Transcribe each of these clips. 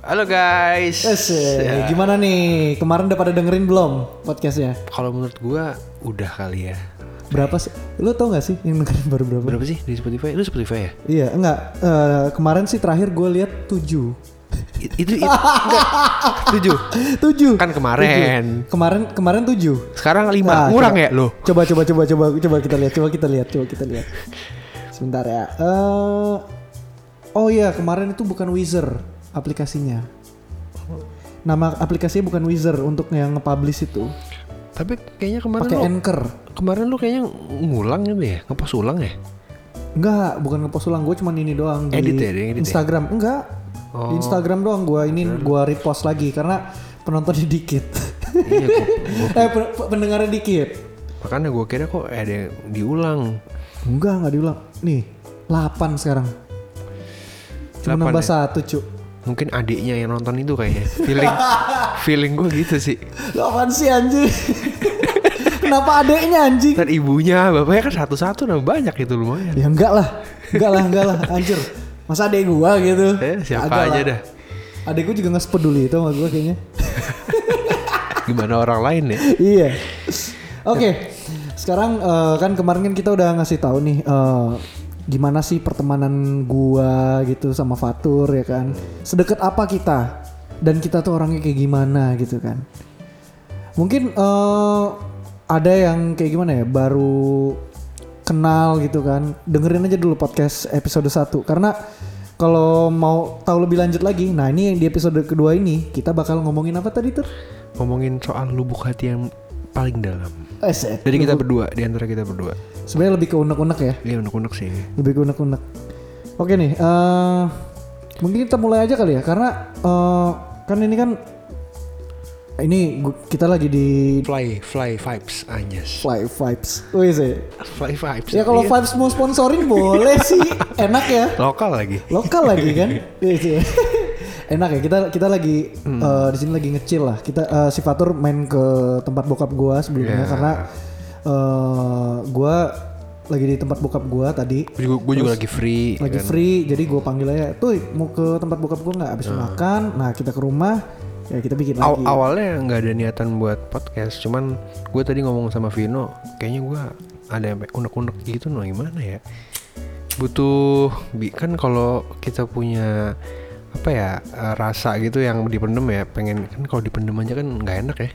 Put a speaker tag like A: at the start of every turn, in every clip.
A: Halo guys.
B: Asik.
A: Ya,
B: eh, Gimana nih? Kemarin udah pada dengerin belum podcastnya?
A: Kalau menurut gua udah kali ya.
B: Berapa sih? Lu tau gak sih yang dengerin baru berapa?
A: Berapa sih di Spotify? Lu Spotify ya?
B: Iya, enggak. Eh, kemarin sih terakhir gue lihat 7.
A: I- Itu itu enggak. Tujuh.
B: 7.
A: Kan kemarin.
B: Kemarin kemarin 7.
A: Sekarang lima.
B: Nah,
A: Kurang ya lo?
B: Coba coba coba coba coba kita lihat, coba kita lihat, coba kita lihat. Sebentar ya. Eh, oh iya, kemarin itu bukan Wizard aplikasinya. Nama aplikasinya bukan Wizard untuk yang nge-publish itu.
A: Tapi kayaknya kemarin
B: Pakai
A: lu
B: Anchor.
A: kemarin lu kayaknya ngulang gitu ya? Ngepost ulang ya?
B: Enggak, bukan ngepost ulang gue cuman ini doang di
A: Edit ya, dia edit ya? Oh.
B: Instagram. Enggak. Di Instagram doang gue ini gue repost lagi karena penontonnya dikit.
A: Iya, gua-
B: eh pe- pe- pendengarnya dikit.
A: makanya gua kira kok ada yang diulang.
B: Enggak, enggak diulang. Nih, 8 sekarang.
A: 8
B: Cuma
A: ya?
B: nambah satu, Cuk.
A: Mungkin adiknya yang nonton itu kayaknya. Feeling feeling gua gitu sih.
B: Lu apaan sih anjing? Kenapa adeknya anjing?
A: Dan ibunya, bapaknya kan satu-satu nah banyak gitu lumayan.
B: Ya enggak lah. Enggak lah, enggak lah, anjir. Masa adek gua gitu?
A: Eh, siapa
B: Agak
A: aja
B: lah.
A: dah.
B: Adek gua juga nggak sepeduli itu sama gua kayaknya.
A: Gimana orang lain ya?
B: iya. Oke, sekarang eh, kan kemarin kan kita udah ngasih tahu nih eh, gimana sih pertemanan gua gitu sama Fatur ya kan. Sedekat apa kita dan kita tuh orangnya kayak gimana gitu kan. Mungkin eh, ada yang kayak gimana ya baru kenal gitu kan. Dengerin aja dulu podcast episode 1 karena kalau mau tahu lebih lanjut lagi, nah ini yang di episode kedua ini kita bakal ngomongin apa tadi tuh?
A: ngomongin soal lubuk hati yang paling dalam.
B: Eset.
A: Dari kita berdua, di antara kita berdua.
B: Sebenarnya lebih ke unek-unek ya,
A: Ini unek-unek sih.
B: lebih ke unek-unek. Oke nih, eh mungkin kita mulai aja kali ya, karena eh kan ini kan ini gu- kita lagi di
A: Fly, fly vibes, anjas.
B: Fly Vibes. Wih sih.
A: Fly vibes.
B: Ya kalau
A: Iya.
B: Vibes mau sponsorin boleh sih, enak ya.
A: lokal lagi.
B: Lokal lagi kan? Wih sih. enak ya kita kita lagi eh, di sini lagi ngecil lah. Kita eh, si Fatur main ke tempat bokap gua
A: Ya.
B: sebelumnya karena eh gua lagi di tempat bokap gua tadi.
A: Gue juga, gua juga lagi free.
B: lagi free jadi gue panggil aja tuh mau ke tempat bokap gue nggak habis makan nah kita ke rumah ya kita bikin
A: Aw-
B: lagi
A: awalnya nggak ada niatan buat podcast, cuman gue tadi ngomong sama Vino, kayaknya gue ada yang unek-unek gitu, no gimana ya? Butuh, bi- kan kalau kita punya apa ya eh, rasa gitu yang dipendem ya, pengen kan kalau dipendem aja kan nggak enak ya,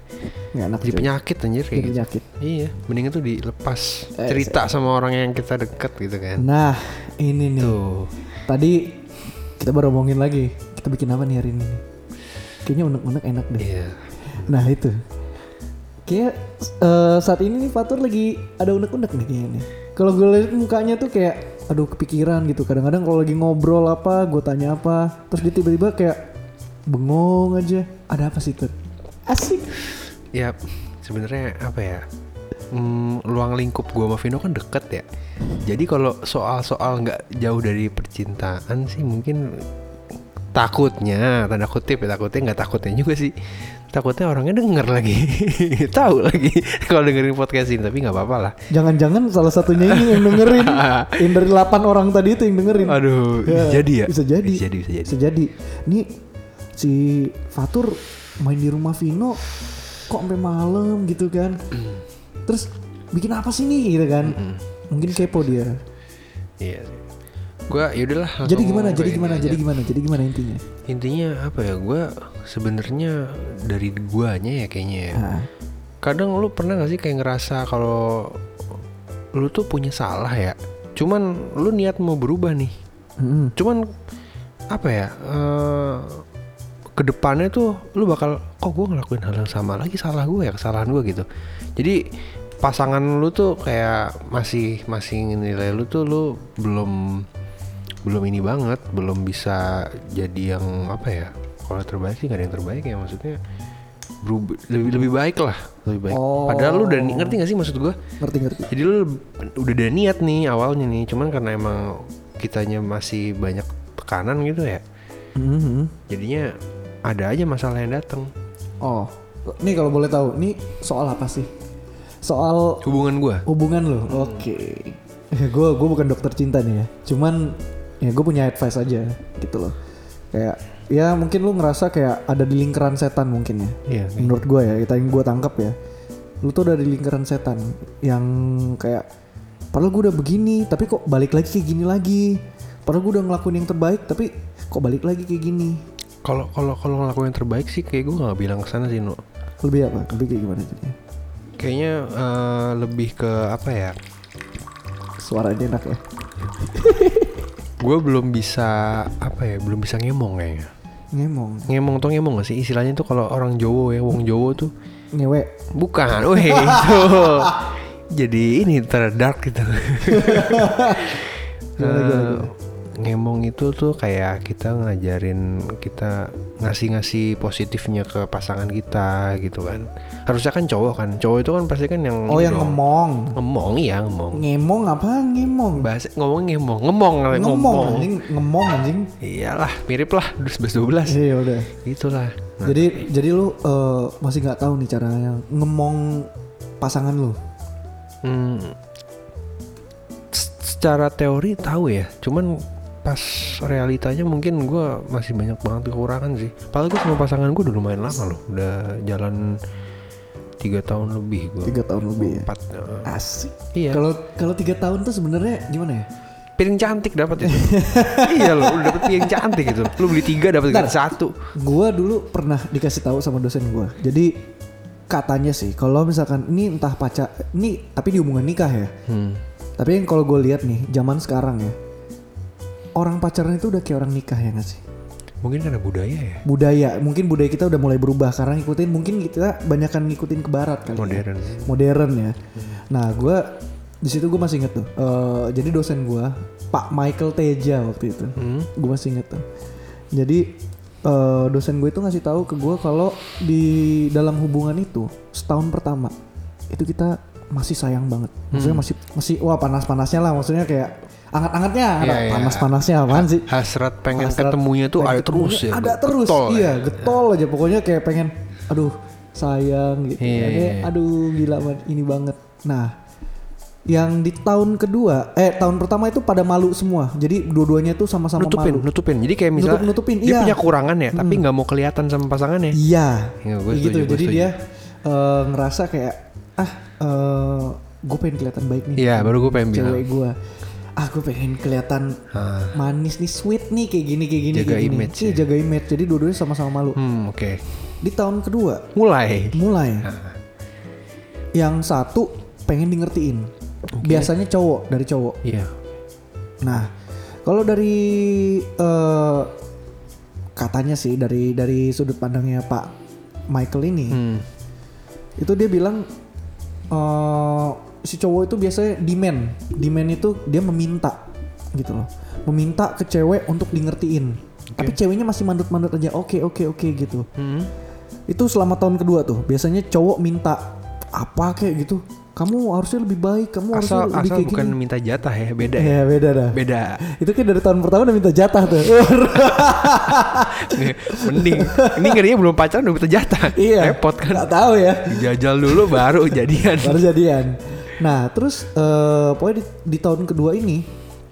B: nggak enak
A: jadi penyakit anjir kayak
B: jadi
A: gitu.
B: penyakit
A: Iya, mending itu dilepas cerita sama orang yang kita deket gitu kan.
B: nah ini nih
A: Tuh,
B: tadi kita baru ngomongin lagi kita bikin apa nih hari ini kayaknya unek-unek enak deh
A: iya.
B: nah itu kayak eh, saat ini nih Fatur lagi ada unek-unek nih kayaknya nih. kalau gue lihat mukanya tuh kayak aduh kepikiran gitu kadang-kadang kalau lagi ngobrol apa gue tanya apa terus dia tiba-tiba kayak bengong aja ada apa sih tuh asik
A: Ya, sebenarnya apa ya? Hmm, luang lingkup gua sama Vino kan deket ya. Jadi kalau soal-soal nggak jauh dari percintaan sih mungkin takutnya tanda kutip ya takutnya nggak takutnya juga sih takutnya orangnya denger lagi tahu lagi kalau dengerin podcast ini tapi nggak apa-apa lah
B: Jangan-jangan salah satunya ini yang dengerin. yang dari 8 orang tadi itu yang dengerin.
A: aduh
B: Ya,
A: bisa jadi ya
B: Bisa jadi.
A: bisa jadi bisa jadi
B: Bisa jadi. Ini si Fatur main di rumah Vino kok sampai malam gitu kan. Terus bikin apa sih nih gitu kan. Mungkin kepo dia.
A: Iya. Gua yaudahlah. langsung
B: Jadi gimana?
A: ke
B: Jadi
A: ini
B: gimana?
A: aja.
B: Jadi gimana? Jadi gimana intinya?
A: Intinya apa ya? Gua sebenarnya dari guanya ya kayaknya ya.
B: Nah,
A: Kadang lu pernah gak sih kayak ngerasa kalau lu tuh punya salah ya. Cuman lu niat mau berubah nih.
B: mm-mm.
A: Cuman apa ya? eh, kedepannya tuh lu bakal kok gue ngelakuin hal yang sama lagi salah gue ya kesalahan gue gitu. Jadi pasangan lu tuh kayak masih masih nilai lu tuh lu belum belum ini banget, belum bisa jadi yang apa ya? Kalau terbaik sih gak ada yang terbaik ya maksudnya berub- lebih lebih baik lah, lebih baik.
B: Oh.
A: Padahal lu udah ni- ngerti gak sih maksud gue?
B: Ngerti ngerti.
A: Jadi lu udah ada niat nih awalnya nih, cuman karena emang kitanya masih banyak tekanan gitu ya.
B: Mm-hmm.
A: Jadinya ada aja masalah yang datang.
B: Oh, ini kalau boleh tahu, ini soal apa sih? Soal
A: Hubungan gua.
B: hubungan lo oke gue gue bukan dokter cinta nih ya cuman ya gue punya advice aja gitu loh kayak ya mungkin lu ngerasa kayak ada di lingkaran setan mungkin ya.
A: Iya. kayak-
B: Menurut gue ya, kita yang gue tangkap ya. Lu tuh udah di lingkaran setan yang kayak padahal gue udah begini, tapi kok balik lagi kayak gini lagi. Padahal gue udah ngelakuin yang terbaik, tapi kok balik lagi kayak gini.
A: Kalau kalau kalau ngelakuin yang terbaik sih kayak gue nggak bilang kesana sih no.
B: Lebih apa? Lebih kayak gimana jadinya?
A: Kayaknya eh, lebih ke apa ya?
B: Suaranya enak ya.
A: Gue belum bisa apa ya? Belum bisa ngemong kayaknya.
B: Ngemong.
A: Ngemong tuh ngemong gak sih? Istilahnya tuh kalau orang Jowo ya, wong Jowo tuh
B: Ngewe.
A: bukan. Weh itu. Jadi ini terdark gitu.
B: Gimana, gimana,
A: Eh, ngemong itu tuh kayak kita ngajarin kita ngasih-ngasih positifnya ke pasangan kita gitu kan. Harusnya kan cowok kan. Cowok itu kan pasti kan yang
B: Oh
A: ini
B: yang
A: dong.
B: ngemong.
A: Ngemong iya ngemong.
B: Ngemong apa? Ngemong.
A: Bahasa ngomong ngemong, ngemong kali,
B: Ngemong anjing, ngemong anjing.
A: Iyalah, mirip lah 12 12.
B: Iya udah.
A: Itulah. Nah,
B: Jadi jadi lu eh, masih nggak tahu nih caranya ngemong pasangan lu.
A: Hmm, s- secara teori tahu ya, cuman pas realitanya mungkin gue masih banyak banget kekurangan sih. Padahal gue sama pasangan gue udah lumayan lama loh, udah jalan tiga tahun lebih gue.
B: Tiga tahun lebih ya.
A: Empat. eh,
B: Asik.
A: Iya.
B: Kalau kalau tiga tahun tuh sebenarnya gimana ya?
A: Piring cantik dapat itu. iya loh, udah dapet piring cantik gitu. Lu beli tiga dapat
B: Bentar.
A: satu.
B: Gua dulu pernah dikasih tahu sama dosen gua. Jadi katanya sih kalau misalkan ini entah pacar ini tapi di hubungan nikah ya.
A: Hmm.
B: Tapi yang kalau gue lihat nih zaman sekarang ya orang pacaran itu udah kayak orang nikah ya nggak sih?
A: Mungkin karena budaya ya,
B: budaya mungkin budaya kita udah mulai berubah karena ngikutin mungkin kita banyakan ngikutin ke barat kali ya.
A: modern. Hmm.
B: modern ya nah gue di situ gue masih inget tuh Eh, jadi dosen gue Pak Michael Teja waktu itu
A: Hmm.
B: gue masih inget tuh jadi eh, dosen gue itu ngasih tahu ke gue kalau di dalam hubungan itu setahun pertama itu kita masih sayang banget
A: Hmm.
B: maksudnya masih masih wah panas panasnya lah maksudnya kayak angat-angatnya
A: Iya, iya.
B: panas panasnya apaan sih
A: hasrat pengen
B: Hasrat
A: ketemunya tuh
B: pengen
A: ada terus
B: ketemunya
A: ya
B: ada terus
A: Getol ya.
B: iya getol aja pokoknya kayak pengen aduh sayang gitu
A: Iya,
B: Kayak,
A: iya, iya.
B: aduh gila banget ini banget nah yang di tahun kedua eh tahun pertama itu pada malu semua jadi dua-duanya tuh sama-sama
A: nutupin
B: malu
A: nutupin jadi kayak misalnya
B: Nutup-nutupin,
A: dia
B: iya.
A: punya kurangan ya tapi nggak mau kelihatan sama pasangannya
B: iya
A: Iya, gue setuju,
B: Kayak gitu
A: gue
B: jadi
A: setuju.
B: dia eh, ngerasa kayak ah gue pengen kelihatan baik nih
A: iya baru gue pengen bilang
B: cewek gue ah gue pengen kelihatan
A: Ah.
B: manis nih sweet nih kayak gini kayak gini
A: Jaga
B: kayak gini.
A: image
B: Iya,
A: ya.
B: jaga image jadi dua-duanya sama-sama malu
A: hmm oke
B: di tahun kedua
A: mulai
B: mulai yang satu pengen di ngertiin biasanya cowok dari cowok
A: iya
B: nah kalau dari eh, katanya sih dari dari sudut pandangnya Pak Michael ini
A: hmm.
B: itu dia bilang eh si cowok itu biasanya demand demand itu dia meminta gitu loh meminta ke cewek untuk di ngertiin tapi ceweknya masih mandut-mandut aja oke oke oke gitu
A: Hmm.
B: itu selama tahun kedua tuh biasanya cowok minta apa kayak gitu kamu harusnya lebih baik kamu harusnya
A: asal
B: lebih
A: asal
B: kayak
A: bukan
B: gini
A: minta jatah ya beda ya
B: ya beda dah
A: beda
B: itu kan dari tahun pertama udah minta jatah tuh
A: mending ini ngerinya belum pacaran udah minta jatah
B: iya
A: repot kan
B: nggak tahu ya
A: dijajal dulu baru jadian
B: baru jadian nah terus eh pokoknya di, di tahun kedua ini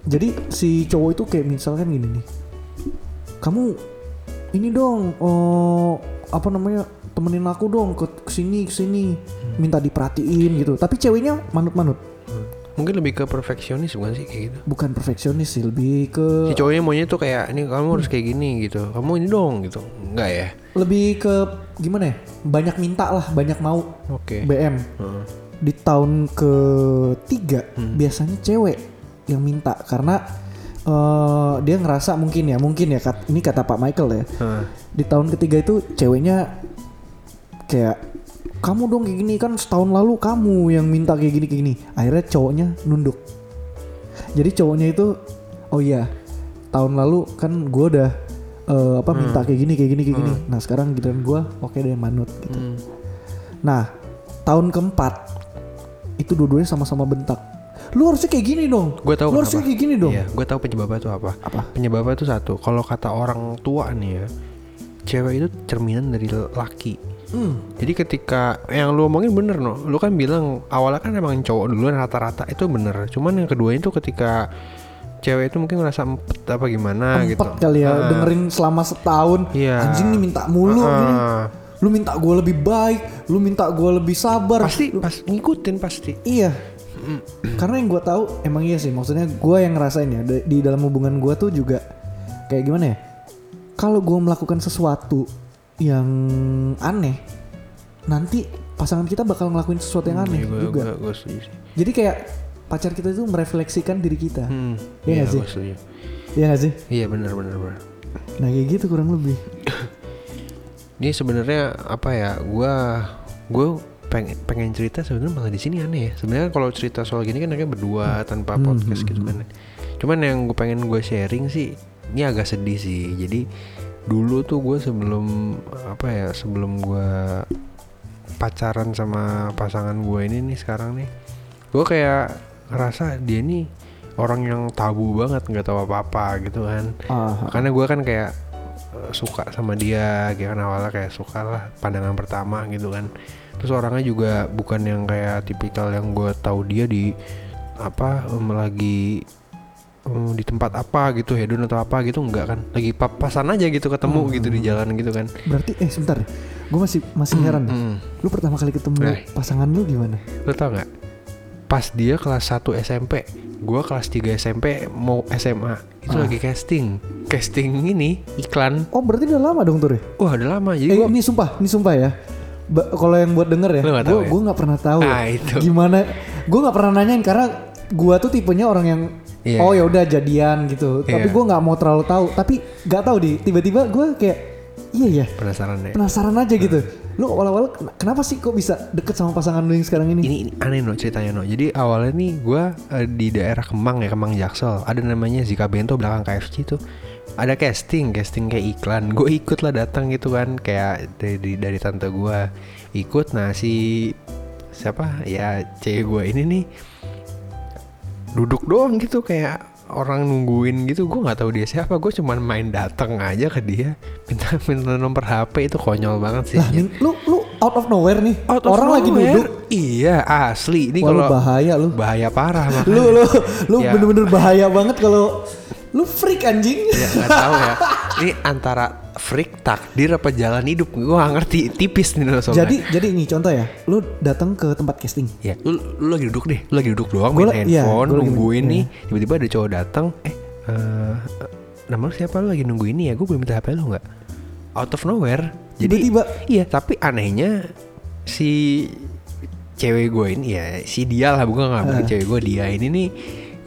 B: jadi si cowok itu kayak misalkan gini nih kamu ini dong eh apa namanya temenin aku dong ke kesini kesini
A: Hmm.
B: minta diperhatiin gitu tapi ceweknya manut-manut
A: mungkin lebih ke perfeksionis bukan sih kayak gitu
B: bukan perfeksionis sih lebih ke
A: si cowoknya maunya tuh kayak ini kamu harus kayak gini gitu kamu ini dong gitu enggak ya
B: lebih ke gimana ya banyak minta lah banyak mau
A: oke
B: BM
A: Heeh.
B: di tahun ketiga biasanya cewek yang minta karena eh, dia ngerasa mungkin ya mungkin ya kat- ini kata Pak Michael ya
A: Heeh.
B: di tahun ketiga itu ceweknya kayak kamu dong kayak gini kan setahun lalu kamu yang minta kayak gini kayak gini akhirnya cowoknya nunduk jadi cowoknya itu oh iya tahun lalu kan gue udah eh, apa minta
A: Hmm.
B: kayak gini kayak gini kayak gini nah sekarang giliran gue oke deh manut gitu
A: Hmm.
B: nah tahun keempat itu dua-duanya sama-sama bentak lu harusnya kayak gini dong
A: Gue tahu
B: lu harusnya
A: kenapa.
B: kayak gini dong
A: Iya, gue tahu penyebabnya itu apa.
B: Apa?
A: Penyebabnya itu satu. Kalau kata orang tua nih ya, cewek itu cerminan dari laki.
B: Hmm.
A: Jadi ketika yang lu omongin bener no, lu kan bilang awalnya kan emang cowok duluan rata-rata itu bener. Cuman yang kedua itu ketika cewek itu mungkin ngerasa empet apa gimana gitu.
B: Empat kali ya dengerin selama setahun
A: Iya.
B: anjing nih minta mulu gini.
A: Ah,
B: lu minta gue lebih baik lu minta gue lebih sabar
A: pasti pas ngikutin pasti.
B: iya karena yang gue tahu emang iya sih maksudnya gue yang ngerasain ya di di dalam hubungan gue tuh juga kayak gimana ya kalau gue melakukan sesuatu yang aneh nanti pasangan kita bakal ngelakuin sesuatu yang
A: Iya,
B: aneh
A: gua,
B: juga
A: gua- gua setuju sih.
B: jadi kayak pacar kita itu merefleksikan diri kita
A: Hmm,
B: Iya nggak sih?
A: gua setuju.
B: Iya gak sih
A: Iya benar benar benar.
B: nah kayak gitu kurang lebih
A: Ini sebenarnya apa ya? Gua gua pengen pengen cerita sebenarnya malah di sini aneh ya. Sebenarnya kalau cerita soal gini kan akhirnya berdua tanpa podcast gitu kan. Cuman yang gue pengen gue sharing sih ini agak sedih sih. Jadi dulu tuh gue sebelum apa ya? Sebelum gua pacaran sama pasangan gue ini nih sekarang nih. Gue kayak ngerasa dia nih orang yang tabu banget nggak tahu apa-apa gitu kan
B: ah
A: makanya gue kan kayak eh, suka sama dia kayak kan awalnya kayak suka lah pandangan pertama gitu kan terus orangnya juga bukan yang kayak tipikal yang gue tahu dia di apa em, lagi em, di tempat apa gitu hedon atau apa gitu enggak kan lagi papasan aja gitu ketemu gitu di jalan gitu kan
B: berarti eh sebentar gue masih masih heran deh.
A: hmm.
B: lu pertama kali ketemu
A: Nah.
B: pasangan lu gimana
A: lo tau nggak pas dia kelas 1 SMP gue kelas 3 SMP mau SMA itu lagi casting casting ini iklan
B: oh berarti udah lama dong tuh
A: wah udah lama jadi
B: Eh,
A: gue
B: ini sumpah, ini sumpah ya. Ba- kalau yang buat denger ya,
A: Lu nggak tahu
B: gue
A: ya?
B: gue nggak pernah tahu. ya.
A: Ah, itu.
B: Gimana? Gue nggak pernah nanyain karena gue tuh tipenya orang yang
A: Iya.
B: oh ya udah jadian gitu.
A: Iya.
B: Tapi gue nggak mau terlalu tahu. Tapi nggak tahu di tiba-tiba gue kayak iya ya
A: penasaran deh
B: penasaran aja
A: Hmm.
B: gitu. Lu awal-awal ken- kenapa sih kok bisa deket sama pasangan lu yang sekarang ini?
A: ini, ini aneh no ceritanya no jadi awalnya nih gue di daerah Kemang ya Kemang Jaksel ada namanya Zika Bento belakang KFC tuh ada casting casting kayak iklan gue ikut lah datang gitu kan kayak dari dari tante gue ikut nah si siapa ya cewek gue ini nih duduk doang gitu kayak orang nungguin gitu gue nggak tahu dia siapa gue cuman main datang aja ke dia minta minta nomor HP itu konyol banget sih
B: Lah, Ning, lu lu out of nowhere nih.
A: iya. Out of
B: orang lagi
A: nowhere.
B: duduk.
A: Iya asli Ini
B: Wah, lu
A: kalau
B: bahaya lu.
A: Bahaya parah makanya
B: Lu lu lu
A: Ya.
B: bener-bener bahaya banget kalau lu freak anjing.
A: Ya gak tau ya Ini antara freak takdir apa jalan hidup Gue gak ngerti Tipis nih lo soalnya
B: Jadi jadi ini contoh ya, lu datang ke tempat casting.
A: ya, lu, lu lagi duduk deh Lu lagi duduk doang
B: Gua
A: main
B: la- iya,
A: handphone
B: gua lagi-
A: Nungguin
B: iya.
A: nih Tiba-tiba ada cowok datang Eh eh, Nama lu siapa lu lagi nunggu ini ya Gue boleh minta HP lu gak Out of nowhere Jadi
B: Tiba-tiba.
A: Iya tapi anehnya Si cewek gue ini ya si dia lah bukan nggak bilang cewek gue dia ini nih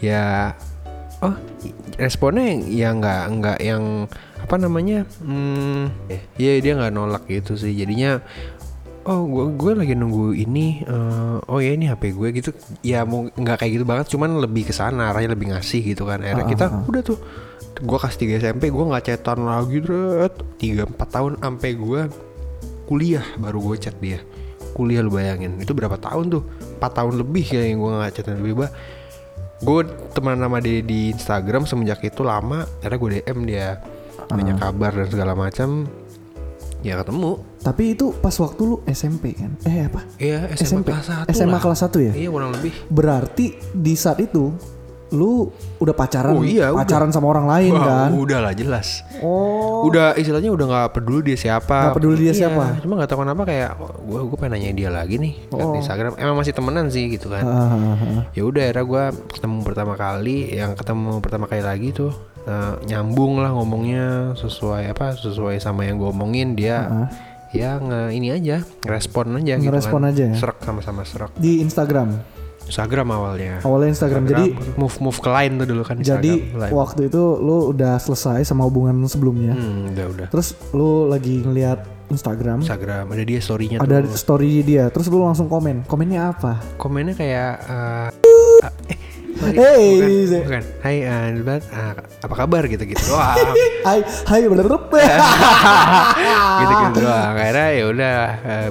A: ya oh responnya yang- ya nggak nggak yang apa namanya hmm ya dia nggak nolak gitu sih jadinya oh gue gue lagi nunggu ini eh, oh ya ini hp gue gitu ya mau nggak kayak gitu banget cuman lebih ke sana arahnya lebih ngasih gitu kan akhirnya kita udah tuh gue kasih 3 SMP gue nggak cetan lagi dret tiga empat tahun sampai gue kuliah baru gue chat dia kuliah lu bayangin itu berapa tahun tuh 4 tahun lebih kayak yang gue nggak chat tiba-tiba gue teman nama dia di Instagram semenjak itu lama karena gue DM dia
B: Ah.
A: nanya kabar dan segala macam ya ketemu
B: Tapi itu pas waktu lu SMP kan? Eh apa?
A: Iya SMA
B: SMP.
A: kelas 1
B: SMA kelas 1 ya?
A: Iya kurang lebih
B: Berarti di saat itu lu udah pacaran,
A: Oh, iya, udah.
B: pacaran sama orang lain
A: Wah,
B: kan?
A: udah lah jelas
B: Oh.
A: udah istilahnya udah nggak peduli dia siapa Iya,
B: Nggak peduli dia siapa. Oh.
A: cuma nggak tahu kenapa kayak gue gue pengen nanya dia lagi nih liat di Instagram emang masih temenan sih gitu kan ya udah era gue ketemu pertama kali yang ketemu pertama kali lagi tuh eh, nyambung lah ngomongnya sesuai apa sesuai sama yang gue omongin dia
B: Hmm.
A: ya nge- ini aja respon aja gitu
B: Ngerespon
A: kan
B: aja ya?
A: serak sama-sama serak
B: Di Instagram.
A: Instagram awalnya
B: Awalnya Oh, Instagram. Jadi
A: move move ke lain tuh dulu kan Instagram
B: jadi
A: Live.
B: waktu itu lu udah selesai sama hubungan sebelumnya.
A: hmm, udah udah
B: Terus lu lagi ngeliat Instagram,
A: Instagram ada dia storynya tuh
B: ada story dia. Terus lu langsung komen. Komennya apa?
A: komennya kayak eh, ah, eh, sorry,
B: Hey,
A: bukan,
B: Zek.
A: bukan. Hai Albat, apa kabar gitu-gitu doang.
B: Hai, hai bener
A: Iya. gitu-gitu doang. Gitu, Akhirnya ya udah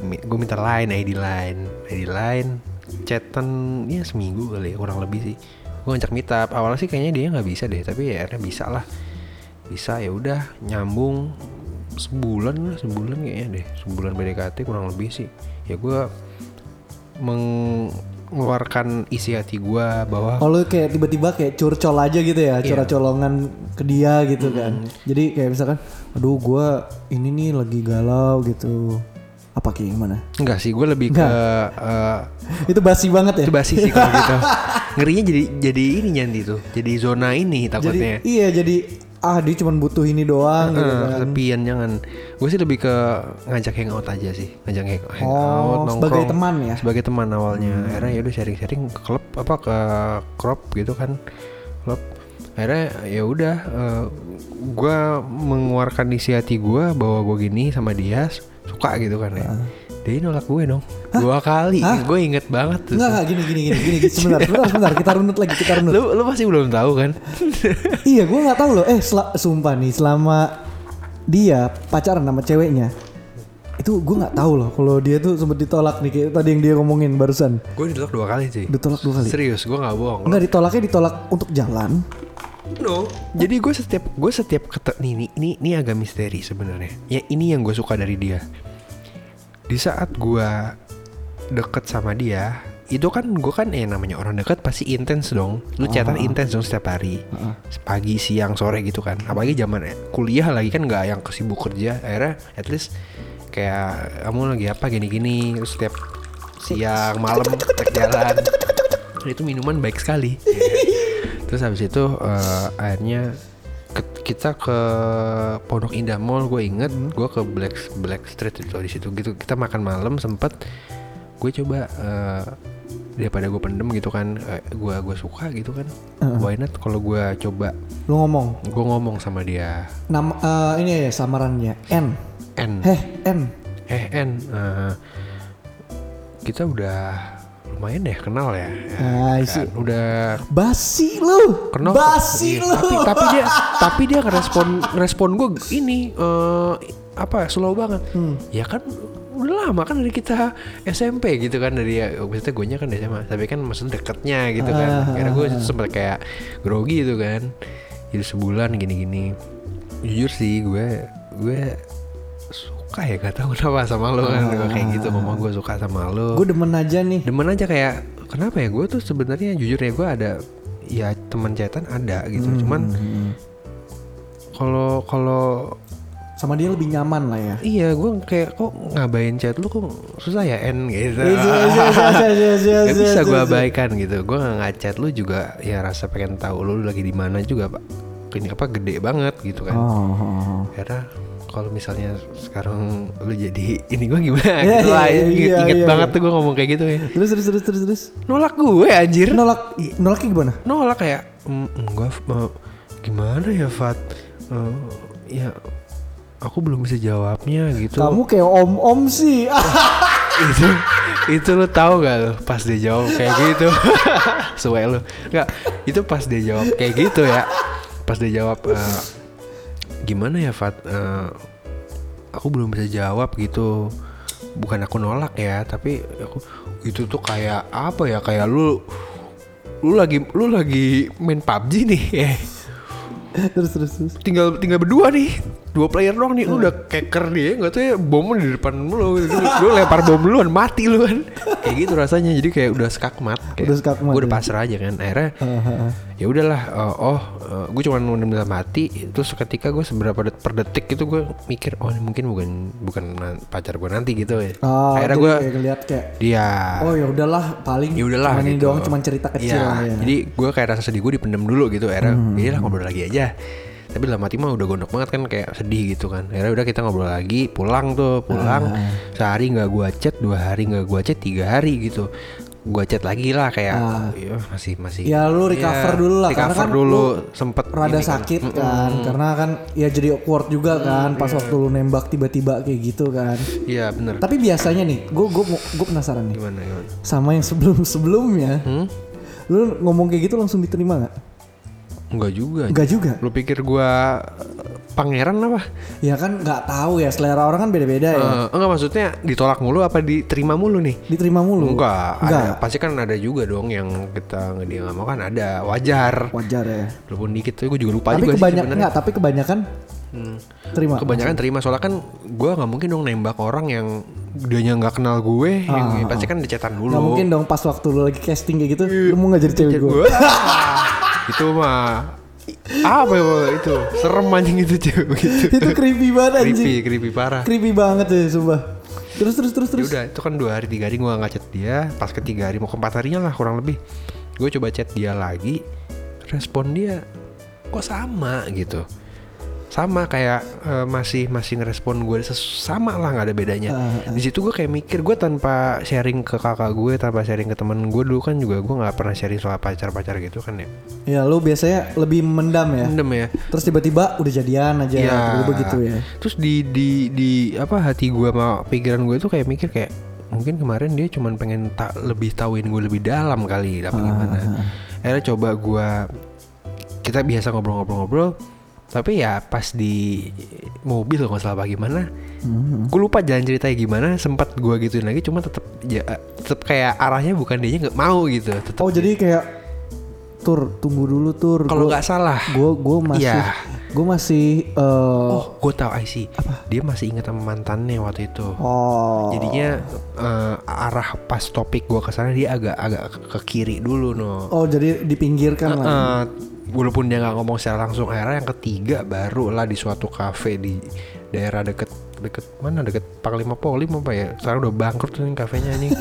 A: gue minta line ID line, ID line chatan ya seminggu kali ya, kurang lebih sih. Gue ngajak meet up. Awalnya sih kayaknya dia nggak bisa deh, tapi ya akhirnya bisa lah. Bisa ya udah nyambung sebulan lah, sebulan kayaknya deh. Sebulan PDKT kurang lebih sih. Ya gue meng mengeluarkan isi hati gua bahwa
B: Oh lu kayak tiba-tiba kayak curcol aja gitu
A: Iya.
B: ya, curah-colongan ke dia gitu kan. Jadi kayak misalkan, aduh gua ini nih lagi galau gitu. Apa kayak gimana?
A: enggak sih gua lebih ke eh,
B: Itu basi banget ya.
A: itu basi sih kalau gitu. Ngerinya jadi jadi ini nyanti tuh. Jadi zona ini
B: jadi
A: takutnya.
B: iya jadi ah dia cuma butuh ini doang gitu
A: Eh,
B: kan.
A: kelebihan jangan. Gue sih lebih ke ngajak hangout aja sih, ngajak hang- hangout,
B: Oh,
A: nongkrong.
B: sebagai teman ya? Hmm.
A: Sebagai teman awalnya. Akhirnya ya udah sharing-sharing ke klub apa ke crop gitu kan. Klub. Akhirnya ya udah eh, gua mengeluarkan isi hati gua bahwa gue gini sama dia suka gitu kan ya.
B: Ah.
A: Dia nolak gue dong. Dua kali. Gue inget banget tuh.
B: Enggak enggak gini gini gini gini gini. sebentar sebentar sebentar kita runut lagi kita runut.
A: Lu lu pasti belum tahu kan?
B: iya gua nggak tahu loh. Eh sel- sumpah nih selama dia pacaran sama ceweknya itu gua nggak tahu loh kalau dia tuh sempet ditolak nih kayak tadi yang dia ngomongin barusan
A: gue ditolak dua kali sih.
B: ditolak dua kali.
A: Serius, gue nggak bohong.
B: Enggak ditolaknya ditolak untuk jalan.
A: No. Jadi gue setiap gue setiap kete nih ini ini, ini agak misteri sebenarnya. Ya ini yang gue suka dari dia. Di saat gue deket sama dia, itu kan gue kan eh namanya orang deket pasti intens dong. Lu catatan intens dong setiap hari. Pagi, siang, sore gitu kan. Apalagi zaman kuliah lagi kan nggak yang kesibuk kerja. Akhirnya at least kayak kamu lagi apa gini-gini. Terus setiap siang, malam, cek jalan. Itu minuman baik sekali. Terus habis itu eh, akhirnya ke- kita ke Pondok Indah Mall, gue inget, gue ke Black Black Street itu di situ gitu. Kita makan malam sempet, gue coba eh, daripada gue pendem gitu kan, eh, gue gue suka gitu kan. Why not kalau gue coba
B: Lu ngomong
A: gue ngomong sama dia,
B: nama eh, ini ya samarannya N.
A: N,
B: Heh N.
A: eh N, eh, kita udah lumayan deh kenal ya, ya
B: Ah,
A: kan?
B: isi.
A: udah
B: Basi lu.
A: Kenal
B: Basi
A: Iya, Tapi,
B: lu.
A: tapi dia tapi dia ngerespon respon gue ini eh, apa slow banget.
B: Hmm.
A: Ya kan udah lama kan dari kita SMP gitu kan dari ya, maksudnya gue nya kan dari SMA tapi kan maksudnya deketnya gitu kan
B: Ah,
A: karena gue sempet kayak grogi gitu kan jadi sebulan gini-gini jujur sih gue gue suka ya gak tahu kenapa sama lo kan Gua kayak gitu ngomong gue suka sama lo
B: Gue demen aja nih.
A: demen aja kayak kenapa ya gue tuh sebenarnya jujur ya gue ada ya teman cetan ada gitu
B: Hmm,
A: cuman kalau kalau
B: Sama dia lebih nyaman lah ya.
A: iya gue kayak kok ngabain chat lu kok susah ya en
B: Iya,
A: gitu Gak bisa gue abaikan gitu Gue gak ngechat lu juga Ya rasa pengen tahu lu lagi di mana juga pak Ini apa gede banget gitu kan
B: Oh, oh, oh.
A: Karena kalau misalnya sekarang lu jadi ini gue gimana
B: Iya,
A: gitu lah
B: iya,
A: Ingat,
B: iya,
A: ingat
B: iya,
A: banget tuh gue ngomong kayak gitu ya
B: Terus terus terus terus terus.
A: Nolak gue anjir
B: Nolak nolaknya gimana?
A: nolak kayak "Mm, enggak eh, gimana ya Fat Eh, ya aku belum bisa jawabnya gitu
B: Kamu kayak om-om sih. Ah,
A: itu itu lo tahu gak lo pas dia jawab kayak gitu sesuai lo nggak itu pas dia jawab kayak gitu ya pas dia jawab eh, gimana ya Fat Eh, aku belum bisa jawab gitu bukan aku nolak ya tapi aku itu tuh kayak apa ya kayak lu lu lagi lu lagi main PUBG nih
B: terus terus terus.
A: tinggal tinggal berdua nih dua player doang
B: Hmm.
A: nih lu udah keker dia nggak tahu ya bom di depan lu gitu. lu lempar bom lu kan mati lu kan kayak gitu rasanya jadi kayak udah skakmat kayak
B: Udah skakmat,
A: gue udah
B: ya.
A: pasrah aja kan akhirnya
B: Ah, ah, ah.
A: ya udahlah eh, oh gue cuman mau dalam hati terus ketika gue seberapa det- per detik itu gue mikir oh ini mungkin bukan bukan na- pacar gue nanti gitu ya akhirnya
B: Ah, jadi
A: gue
B: kayak lihat kayak
A: dia
B: oh ya udahlah paling
A: ya udahlah
B: cuman ini
A: gitu.
B: doang cuman cerita
A: Iya,
B: kecil ya. Hmm.
A: jadi gue kayak rasa sedih gue dipendem dulu gitu akhirnya ya lah ngobrol lagi aja tapi dalam hati mah udah gondok banget kan kayak sedih gitu kan akhirnya udah kita ngobrol lagi pulang tuh pulang
B: Ah.
A: sehari nggak gue chat dua hari nggak gue chat tiga hari gitu gue chat lagi lah kayak "Iya, masih masih
B: Ya, lu
A: Iya,
B: recover Ah. dulu lah, karena
A: recover
B: kan
A: dulu
B: lu
A: sempet
B: rada
A: ini kan.
B: sakit kan karena kan ya jadi awkward juga kan pas waktu lu nembak tiba-tiba kayak gitu kan
A: iya bener
B: tapi biasanya nih gue gue gue penasaran nih
A: gimana gimana
B: sama yang sebelum sebelumnya
A: Hmm?
B: lu ngomong kayak gitu langsung diterima nggak
A: Enggak juga
B: Enggak juga
A: lu pikir gue pangeran apa
B: ya kan nggak tahu ya selera orang kan beda-beda ya
A: Eh, enggak maksudnya ditolak mulu apa diterima mulu nih
B: diterima mulu
A: Enggak, ada.
B: Gitu. Enggak.
A: Pasti kan ada juga dong yang kita dia nggak mau kan ada wajar.
B: wajar ya
A: Walaupun dikit tuh gue juga lupa
B: tapi
A: juga sih
B: kebanyakan
A: sebenarnya. Hmm.
B: nggak tapi kebanyakan terima
A: Kebanyakan terima soalnya kan gue nggak mungkin dong nembak orang yang dianya nggak kenal gue, yang
B: Ah, ah,
A: pasti kan decetan dulu.
B: Gak mungkin dong pas waktu lu lagi casting kayak gitu,
A: Iya.
B: lu mau gak jadi cewek gue?
A: itu mah apa ya Bang? itu serem anjing itu cewek gitu.
B: itu creepy banget anjing.
A: creepy, creepy parah.
B: Creepy banget ya, sumpah. Terus terus terus
A: Ya
B: terus.
A: udah itu kan dua hari tiga hari gue nggak chat dia. Pas ketiga hari mau keempat harinya lah kurang lebih. Gue coba chat dia lagi, respon dia kok sama gitu. Sama kayak eh, masih masih ngerespon gue ses- sama lah nggak ada bedanya.
B: Ah,
A: Di situ gue kayak mikir gue tanpa sharing ke kakak gue, tanpa sharing ke temen gue dulu kan juga gue nggak pernah sharing soal pacar-pacar gitu kan ya.
B: Ya lu biasanya lebih mendam ya.
A: Mendem ya.
B: Terus tiba-tiba udah jadian aja
A: Iya.
B: tiba-tiba gitu ya.
A: Terus di di di apa hati gua sama pikiran gue tuh kayak mikir kayak mungkin kemarin dia cuman pengen tak lebih tahuin gue lebih dalam kali
B: Ah,
A: apa gimana. Akhirnya coba gua kita biasa ngobrol-ngobrol-ngobrol tapi ya pas di mobil kalau nggak salah apa gimana
B: Hmm.
A: gue lupa jalan ceritanya gimana sempat gua gituin lagi cuma tetap ja, tetap kayak arahnya bukan dia nggak mau gitu tetep
B: Oh jadi kayak tur tunggu dulu tur.
A: kalau
B: Gua-
A: nggak salah
B: gue gue masih
A: Iya.
B: gue masih eh,
A: oh gue tahu I see dia masih ingat sama mantannya waktu itu
B: oh
A: jadinya eh, arah pas topik gua ke sana dia agak agak ke- ke kiri dulu no
B: oh jadi dipinggirkan lah
A: Eh, walaupun dia nggak ngomong secara langsung akhirnya yang ketiga baru lah di suatu kafe di daerah deket deket mana deket Panglima Polim apa ya sekarang udah bangkrut tuh nih kafenya anjing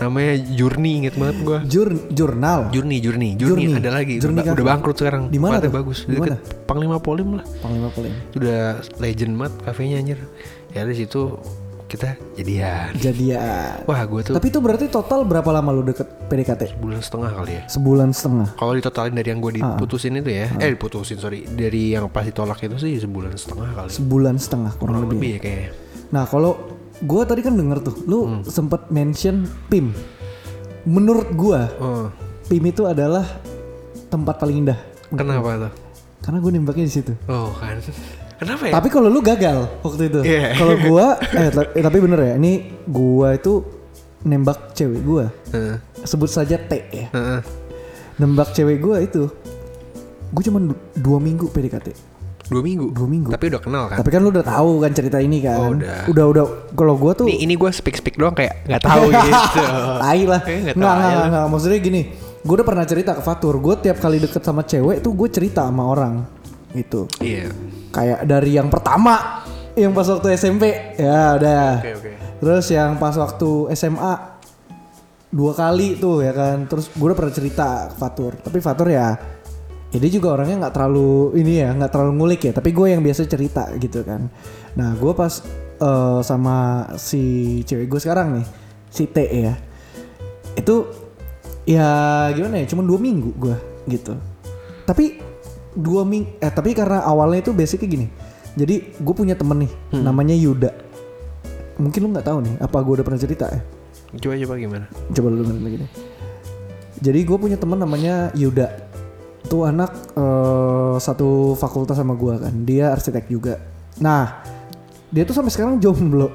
A: namanya Journey inget banget gua
B: Jur- jurnal
A: Journey Journey Journey,
B: Journey.
A: ada lagi
B: Journey
A: udah,
B: Cafe.
A: udah bangkrut sekarang
B: Di mana
A: Tempatnya
B: tuh?
A: bagus
B: Di
A: deket Panglima Polim lah
B: panglima paling
A: udah legend banget kafenya anjir ya dari situ kita jadian
B: jadian
A: wah gua tuh
B: tapi itu berarti total berapa lama lu deket PDKT
A: bulan setengah kali ya
B: sebulan setengah
A: kalau ditotalin dari yang gue
B: Ah.
A: diputusin itu ya eh diputusin sorry dari yang pas ditolak itu sih sebulan setengah kali
B: sebulan setengah kurang
A: kurang
B: lebih
A: lebih ya kayaknya
B: nah kalau gue tadi kan denger tuh lu
A: Hmm.
B: sempet mention pim menurut gue
A: oh
B: pim itu adalah tempat paling indah
A: kenapa tuh
B: karena gue nembaknya di situ
A: oh kan kenapa ya
B: Tapi kalau lu gagal waktu itu.
A: Iya.
B: Kalau gua eh ta- eh, tapi bener ya, ini gua itu nembak cewek gua.
A: Heeh,
B: Sebut saja T ya.
A: heeh.
B: Nembak cewek gua itu gua cuman du- dua minggu PDKT.
A: dua minggu
B: Dua minggu.
A: tapi udah kenal kan
B: Tapi kan lu udah tahu kan cerita ini kan.
A: Oh, udah.
B: Udah udah. kalau gua tuh
A: ini ini gue speak speak doang kayak nggak tahu gitu
B: tai lah.
A: Eh, nggak tahu aja
B: Enggak enggak enggak, enggak. maksudnya gini. Gua udah pernah cerita ke Fatur, gua tiap kali deket sama cewek tuh gua cerita sama orang gitu.
A: iya
B: Kayak dari yang pertama yang pas waktu SMP ya udah.
A: oke oke
B: Terus yang pas waktu SMA dua kali tuh ya kan. Terus gue udah pernah cerita ke Fatur. Tapi Fatur ya, ya dia juga orangnya nggak terlalu ini ya, nggak terlalu ngulik ya. Tapi gue yang biasa cerita gitu kan. Nah gue pas eh, sama si cewek gue sekarang nih, si T ya. Itu ya gimana ya, cuma dua minggu gue gitu. Tapi dua minggu, eh tapi karena awalnya itu basicnya gini. Jadi gue punya temen nih, namanya Yuda mungkin lu nggak tahu nih apa gue udah pernah cerita ya
A: coba coba gimana
B: coba lu dengerin lagi deh jadi gue punya teman namanya Yuda tuh anak eh, satu fakultas sama gue kan dia arsitek juga nah dia tuh sampai sekarang jomblo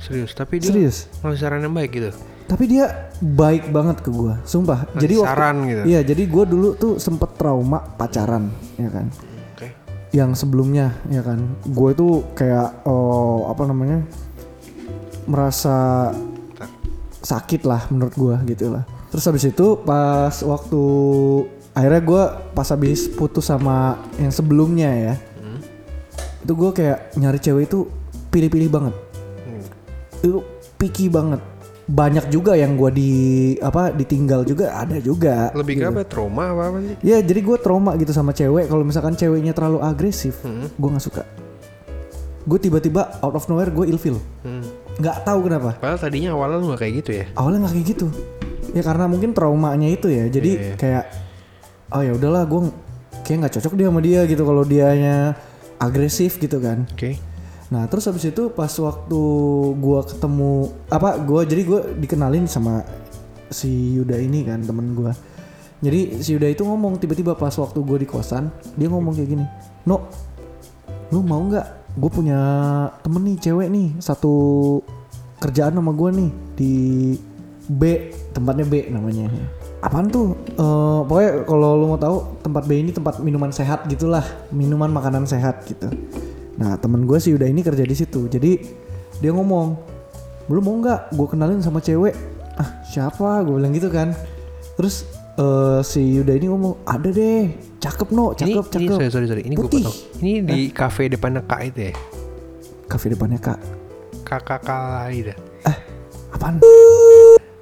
A: serius tapi dia
B: serius
A: ngasih saran yang baik gitu
B: tapi dia baik banget ke gue sumpah jadi
A: Ngasih
B: waktu-
A: saran gitu
B: iya jadi gue dulu tuh sempet trauma pacaran ya kan
A: oke
B: yang sebelumnya ya kan gue tuh kayak oh, apa namanya merasa
A: Bentar.
B: sakit lah menurut gua gitu lah terus habis itu pas waktu akhirnya gua pas habis putus sama yang sebelumnya ya
A: Hmm.
B: itu gua kayak nyari cewek itu pilih-pilih banget
A: Hmm.
B: itu picky banget banyak juga yang gua di apa ditinggal juga ada juga gitu.
A: lebih ke apa trauma apa apa sih
B: Ya jadi gue trauma gitu sama cewek kalau misalkan ceweknya terlalu agresif,
A: Hmm.
B: gue nggak suka. Gue tiba-tiba out of nowhere gue ilfil,
A: Hmm.
B: nggak tahu kenapa.
A: padahal tadinya awalnya lu gak kayak gitu ya
B: Awalnya nggak kayak gitu, ya karena mungkin traumanya itu ya. Jadi
A: Iya, iya.
B: kayak oh ya udahlah gue kayak nggak cocok dia sama dia gitu kalau dianya agresif gitu kan.
A: oke
B: Nah terus habis itu pas waktu gua ketemu apa gua jadi gua dikenalin sama si Yuda ini kan temen gua. Jadi si Yuda itu ngomong tiba-tiba pas waktu gua di kosan dia ngomong kayak gini, No, lu mau nggak? Gue punya temen nih cewek nih satu kerjaan sama gua nih di B tempatnya B namanya. Apaan tuh? Eh, pokoknya kalau lu mau tahu tempat B ini tempat minuman sehat gitulah, minuman makanan sehat gitu. Nah temen gue sih udah ini kerja di situ, jadi dia ngomong, belum mau nggak gue kenalin sama cewek ah siapa gue bilang gitu kan terus eh, si Yuda ini ngomong ada deh cakep no
A: ini,
B: cakep
A: ini
B: cakep
A: sorry sorry sorry ini gue
B: putih
A: potong. Ini di kafe depan Kak itu ya.
B: kafe depannya kak
A: Kakak Kalaida.
B: apaan
A: ya?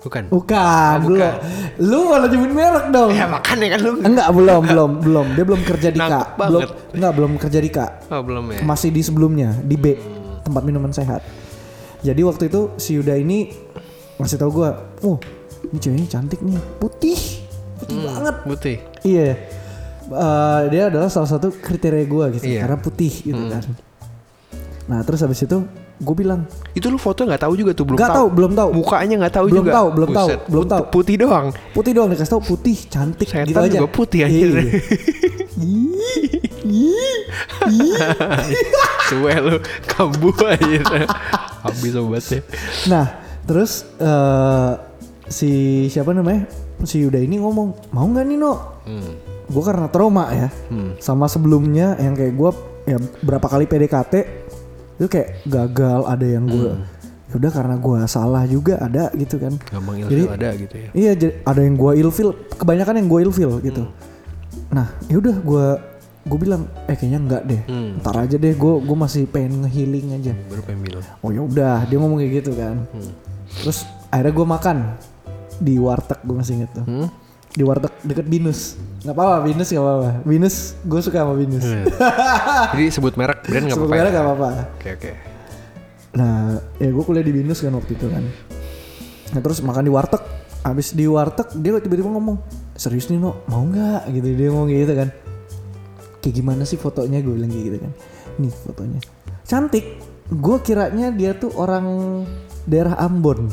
A: Bukan.
B: Eh,
A: Ah,
B: bukan lu lu malah nyebutin merek dong
A: Ya makanya kan lu.
B: enggak belum belum belum dia belum kerja di
A: Nangkep
B: kak belum
A: banget.
B: enggak belum kerja di kak
A: Oh, belum ya.
B: masih di sebelumnya di B tempat minuman sehat jadi waktu itu si Yuda ini ngasih tahu gue oh ini ceweknya cantik nih putih putih
A: Hmm.
B: banget
A: Putih.
B: iya Eh, dia adalah salah satu kriteria gue gitu
A: Iya.
B: karena putih gitu kan nah terus habis itu gue bilang
A: Itu lu foto nggak tahu juga tuh belum
B: nggak tahu belum tahu
A: Mukanya nggak tahu
B: Belum
A: juga.
B: tahu, belum tahu,
A: Buset,
B: belum
A: put-
B: tahu.
A: Putih doang.
B: putih doang dikasih tahu putih cantik
A: Setan
B: gitu aja
A: juga putih aja.
B: Iya. Ih, ih, ih.
A: Cue lu kambuh aja. Habis ya. obatnya.
B: Nah, terus eh, si siapa namanya? Si Yuda ini ngomong, "Mau nggak Nino?"
A: Hmm.
B: Gue karena trauma ya. Sama sebelumnya yang kayak gue ya berapa kali PDKT itu kayak gagal ada yang gue
A: Hmm.
B: Yaudah karena gue salah juga ada gitu kan.
A: Gampang
B: Jadi,
A: ilfil ada gitu ya.
B: Iya, jadi ada yang gue ilfil, kebanyakan yang gue ilfil gitu.
A: Hmm.
B: Nah, yaudah gue gue bilang eh kayaknya enggak deh.
A: Hmm.
B: Ntar aja deh gue gue masih pengen ngehealing aja
A: Baru pengen bilang.
B: oh ya udah dia ngomong kayak gitu kan
A: Hmm.
B: terus akhirnya gue makan di warteg gue masih inget tuh
A: Hmm?
B: di warteg deket binus nggak apa-apa binus nggak apa-apa binus gue suka sama binus
A: Hmm. Jadi sebut merek brand nggak apa-apa.
B: sebenarnya
A: ya?
B: nggak apa-apa
A: Oke oke.
B: nah ya gue kuliah di binus kan waktu itu kan nah terus makan di warteg abis di warteg dia tiba-tiba ngomong serius nih no mau nggak gitu dia ngomong kayak gitu kan kayak gimana sih fotonya gue bilang kayak gitu kan nih fotonya cantik gue kiranya dia tuh orang daerah Ambon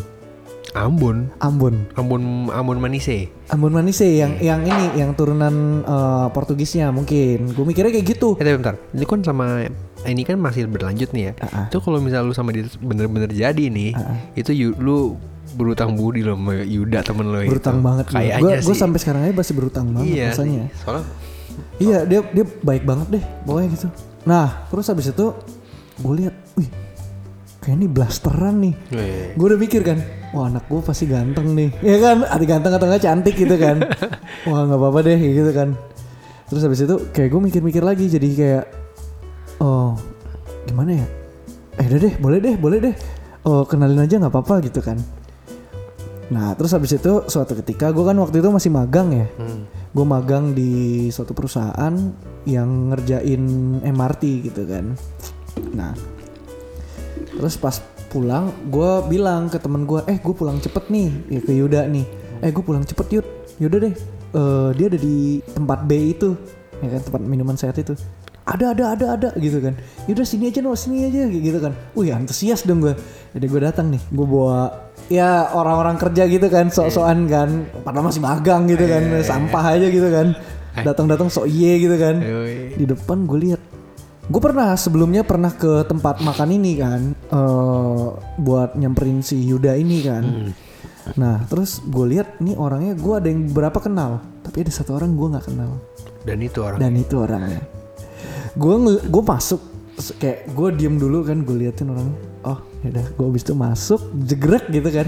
A: Ambon.
B: Ambon.
A: Ambon Ambon Manise.
B: Ambon Manise yang
A: Iya.
B: yang ini yang turunan eh, Portugisnya mungkin. Gue mikirnya kayak gitu.
A: Eh tapi bentar, ini kan sama ini kan masih berlanjut nih ya.
B: Ah, ah.
A: Itu kalau misalnya lu sama dia bener-bener jadi nih,
B: Uh-uh.
A: itu yu- lu berutang budi loh sama Yuda temen lo
B: Berutang
A: itu.
B: banget
A: Oh, iya. Kayaknya
B: Gue
A: sih.
B: sampai sekarang aja masih berutang banget
A: iya, sih.
B: rasanya.
A: Soalnya
B: Iya, dia dia baik banget deh, pokoknya gitu. Nah, terus habis itu gue lihat, wih, kayak ini blasteran nih.
A: Wih.
B: Gue udah mikir kan, wah anak gue pasti ganteng nih, ya kan? Ada ganteng atau nggak cantik gitu kan? wah nggak apa-apa deh, kayak gitu kan. Terus habis itu kayak gue mikir-mikir lagi, jadi kayak, oh gimana ya? Eh udah deh, boleh deh, boleh deh. Oh kenalin aja nggak apa-apa gitu kan. Nah terus habis itu suatu ketika gue kan waktu itu masih magang ya. Gue magang di suatu perusahaan yang ngerjain MRT gitu kan. Nah terus pas pulang gue bilang ke temen gue eh gue pulang cepet nih ya ke Yuda nih eh gue pulang cepet Yud Yuda deh Eh, dia ada di tempat B itu ya kan tempat minuman sehat itu ada ada ada ada gitu kan Yuda sini aja no sini aja kayak gitu kan wih antusias dong gue jadi gue datang nih gue bawa ya orang-orang kerja gitu kan sok-sokan kan padahal masih magang gitu kan sampah aja gitu kan datang-datang sok iye gitu kan
A: Yoi.
B: di depan gue lihat gue pernah sebelumnya pernah ke tempat makan ini kan eh buat nyamperin si Yuda ini kan nah terus gue lihat nih orangnya gue ada yang berapa kenal tapi ada satu orang gue nggak kenal
A: dan itu orang
B: dan itu orangnya gue ngel- gue masuk s- kayak gue diem dulu kan gue liatin orangnya oh yaudah gue abis itu masuk jegrek gitu kan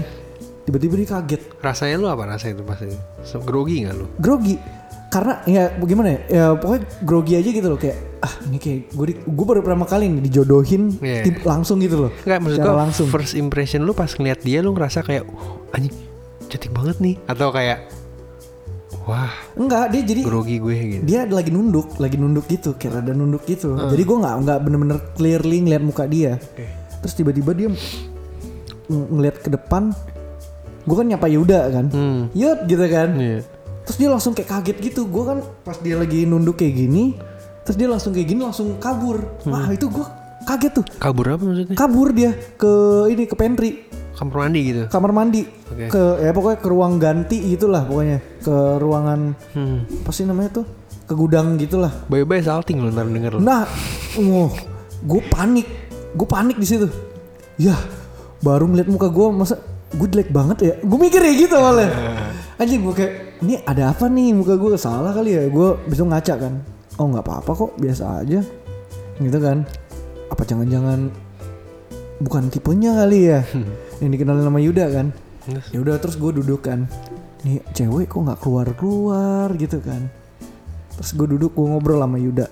B: tiba-tiba dia kaget
A: rasanya lu apa rasanya itu pasti Se- grogi nggak lu?
B: grogi karena ya gimana ya, ya pokoknya grogi aja gitu loh kayak ah ini kayak gue gue baru pertama kali nih dijodohin
A: Iya.
B: tim- langsung gitu loh
A: Enggak maksud
B: Secara
A: gua
B: langsung
A: first impression lu pas ngeliat dia lu ngerasa kayak "Wah, anjing cantik banget nih atau kayak wah
B: enggak dia jadi
A: grogi gue gitu.
B: dia lagi nunduk lagi nunduk gitu kayak rada nunduk gitu jadi gue nggak nggak bener-bener clearly ngeliat muka dia
A: Hmm. Oke.
B: terus tiba-tiba dia ng- ngeliat ke depan gue kan nyapa Yuda kan
A: Hmm.
B: Yud gitu kan
A: Iya.
B: Terus dia langsung kayak kaget gitu. Gue kan pas dia lagi nunduk kayak gini, terus dia langsung kayak gini langsung kabur.
A: Hmm.
B: Wah itu gue kaget tuh.
A: Kabur apa maksudnya?
B: Kabur dia ke ini ke pantry,
A: Kamar mandi gitu.
B: kamar mandi,
A: Oke.
B: ke ya pokoknya ke ruang ganti gitulah pokoknya, ke ruangan
A: Hmm.
B: apa sih namanya tuh, ke gudang gitulah.
A: Bye-bye salting lu ntar denger lu.
B: Nah, wow, gue panik, gue panik di situ. Yah, baru ngeliat muka gue, masa gue jelek banget ya? Gue mikir ya gitu oleh. Anjing gue kayak, ini ada apa nih muka gue salah kali ya? Gue besok ngaca kan? Oh nggak apa-apa kok, biasa aja, gitu kan? Apa jangan-jangan bukan tipenya kali ya
A: Hmm.
B: yang dikenalin sama Yuda kan
A: Yes.
B: ya udah terus gue duduk kan nih cewek kok nggak keluar keluar gitu kan terus gue duduk gue ngobrol sama Yuda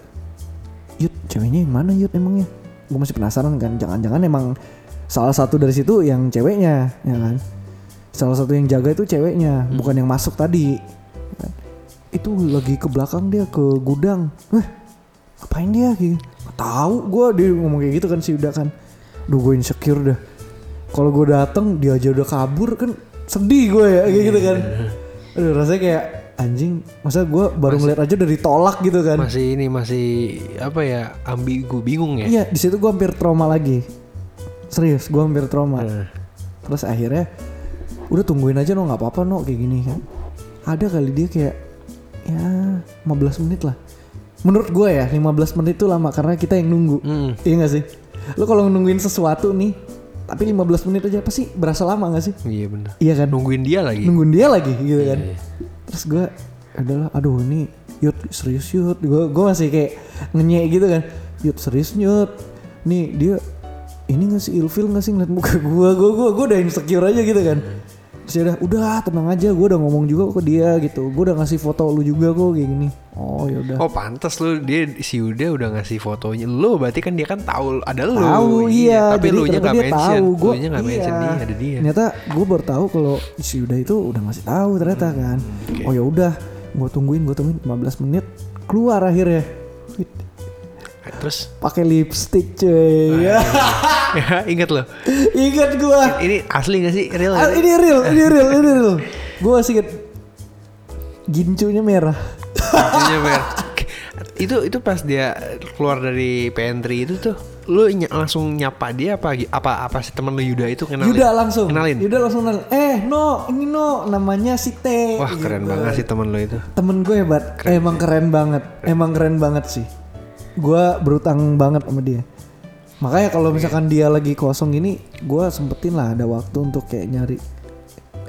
B: Yud ceweknya yang mana Yud emangnya gue masih penasaran kan jangan-jangan emang salah satu dari situ yang ceweknya ya kan salah satu yang jaga itu ceweknya bukan yang masuk tadi ya kan. itu lagi ke belakang dia ke gudang eh ngapain dia gitu Nggak tahu gue dia ngomong kayak gitu kan si Yuda kan duh gue insecure dah kalau gue dateng dia aja udah kabur kan sedih gue ya kayak gitu kan aduh rasanya kayak anjing masa gue baru ngeliat aja udah ditolak gitu kan
A: Masih ini masih apa ya ambigu bingung ya.
B: Iya, di situ gue hampir trauma lagi. Serius, gue hampir trauma. Terus akhirnya udah tungguin aja no nggak apa-apa no kayak gini kan. Ada kali dia kayak ya 15 menit lah. Menurut gue ya 15 menit itu lama karena kita yang nunggu.
A: Hmm.
B: Iya gak sih? Lo kalau nungguin sesuatu nih, tapi 15 menit aja pasti berasa lama gak sih?
A: Iya bener.
B: Iya kan?
A: Nungguin dia lagi.
B: nungguin dia lagi gitu kan terus gue adalah aduh ini yut serius yut gue gue masih kayak ngenyek gitu kan yut serius yut nih dia ini gak sih ilfil gak sih ngeliat muka gue gue gue gue udah insecure aja gitu kan terus udah udah tenang aja gue udah ngomong juga ke dia gitu gue udah ngasih foto lu juga kok kayak gini oh yaudah
A: Oh pantas lu dia si Yuda udah ngasih fotonya lu berarti kan dia kan tahu ada lu.
B: tahu iya
A: Tapi
B: jadi
A: lu nya
B: ternyata
A: nggak
B: dia
A: mention.
B: tahu iya.
A: Lu
B: gue
A: nya nggak mention dia ada dia.
B: ternyata gue baru tahu kalau si Yuda itu udah ngasih tahu ternyata
A: Hmm,
B: kan oh ya udah gue tungguin gue tungguin 15 menit keluar akhirnya Wih,
A: Terus
B: pakai lipstick cuy
A: inget lo.
B: ingat gue
A: Ini asli gak sih real?
B: Ah,
A: nggak?
B: ini real ini real ini real gue masih inget gincunya merah
A: Iya, Mer. itu itu pas dia keluar dari pantry itu tuh lu ny- langsung nyapa dia apa apa apa si temen lu Yuda itu ya? kenalin
B: Yuda langsung
A: kenalin
B: Yuda langsung kenalin eh no ini no namanya si T Gitu.
A: wah keren banget sih temen lu itu
B: Temen gue hebat, emang keren banget, emang keren banget sih. Gue berutang banget sama dia. Makanya kalau misalkan dia lagi kosong ini, gue sempetin lah ada waktu untuk kayak nyari.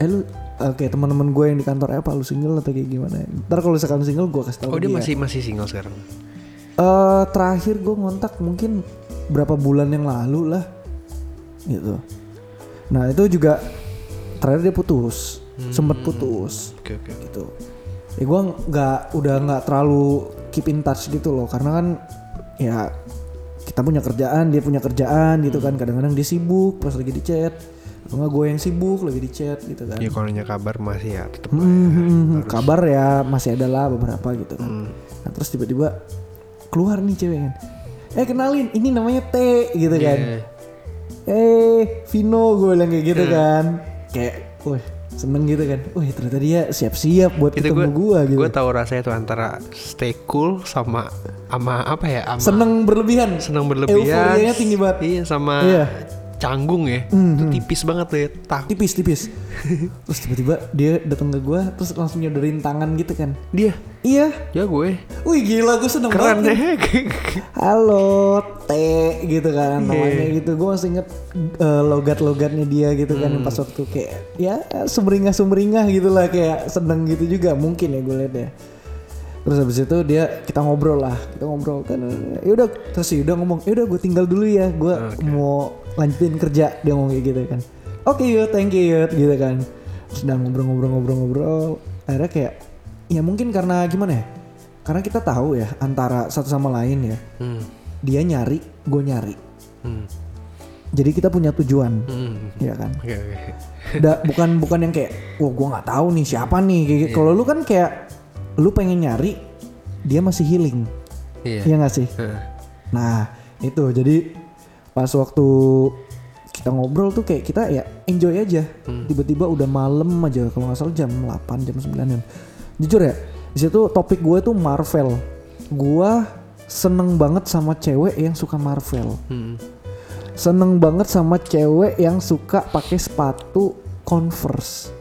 B: Eh lu, oke teman-teman gue yang di kantor eh, apa lu single atau kayak gimana? Ntar kalau misalkan single gue kasih tau
A: oh dia masih masih single sekarang
B: Eh, terakhir gue ngontak mungkin berapa bulan yang lalu lah, gitu. Nah itu juga terakhir dia putus,
A: Hmm.
B: sempet putus
A: oke oke
B: gitu ya gue nggak udah nggak terlalu keep in touch gitu loh karena kan ya kita punya kerjaan dia punya kerjaan gitu kan kadang-kadang dia sibuk pas lagi di chat atau nggak gue yang sibuk lagi di chat gitu kan
A: ya kalau nanya kabar masih ya tetep
B: Hmm, hmm, hmm, hmm. kabar ya masih ada lah beberapa gitu kan
A: Hmm.
B: nah, terus tiba-tiba keluar nih cewek kan eh kenalin ini namanya T gitu kan
A: Iya. Hmm.
B: eh Vino gue bilang kayak gitu kan kayak wah seneng gitu kan wah ternyata dia siap-siap buat
A: itu
B: ketemu
A: gue
B: gue gitu
A: gue tahu rasanya tuh antara stay cool sama sama apa ya sama
B: seneng berlebihan
A: senang berlebihan
B: euforianya tinggi banget
A: iya sama
B: Iya. Hmm,
A: canggung ya itu tipis banget tuh ya tak
B: tipis tipis terus tiba-tiba dia datang ke gue terus langsung nyodorin tangan gitu kan
A: dia
B: iya
A: ya gue
B: wih gila gue seneng
A: keren
B: banget
A: deh
B: halo T gitu kan namanya gitu gue masih inget eh, logat-logatnya dia gitu kan pas waktu kayak ya sumringah-sumringah gitu lah kayak seneng gitu juga mungkin ya gue liat ya terus habis itu dia kita ngobrol lah kita ngobrol kan ya udah terus si udah ngomong ya udah gue tinggal dulu ya gue mau lanjutin kerja dia ngomong kayak gitu kan oke yuk thank you yuk gitu kan terus udah ngobrol-ngobrol-ngobrol-ngobrol akhirnya kayak ya mungkin karena gimana ya karena kita tahu ya antara satu sama lain ya
A: Hmm.
B: dia nyari gue nyari
A: Hmm.
B: jadi kita punya tujuan
A: Hmm.
B: ya kan
A: Oke, oke.
B: da, bukan bukan yang kayak wah gue nggak tahu nih siapa nih kayak
A: Iya.
B: gitu. kalau lu kan kayak lu pengen nyari dia masih healing
A: Iya.
B: Iya nggak sih
A: Heeh.
B: nah itu jadi pas waktu kita ngobrol tuh kayak kita ya enjoy aja tiba-tiba udah malam aja kalau nggak salah jam 8 jam 9 jujur ya di situ topik gue tuh Marvel gue seneng banget sama cewek yang suka Marvel
A: Hmm.
B: seneng banget sama cewek yang suka pakai sepatu Converse.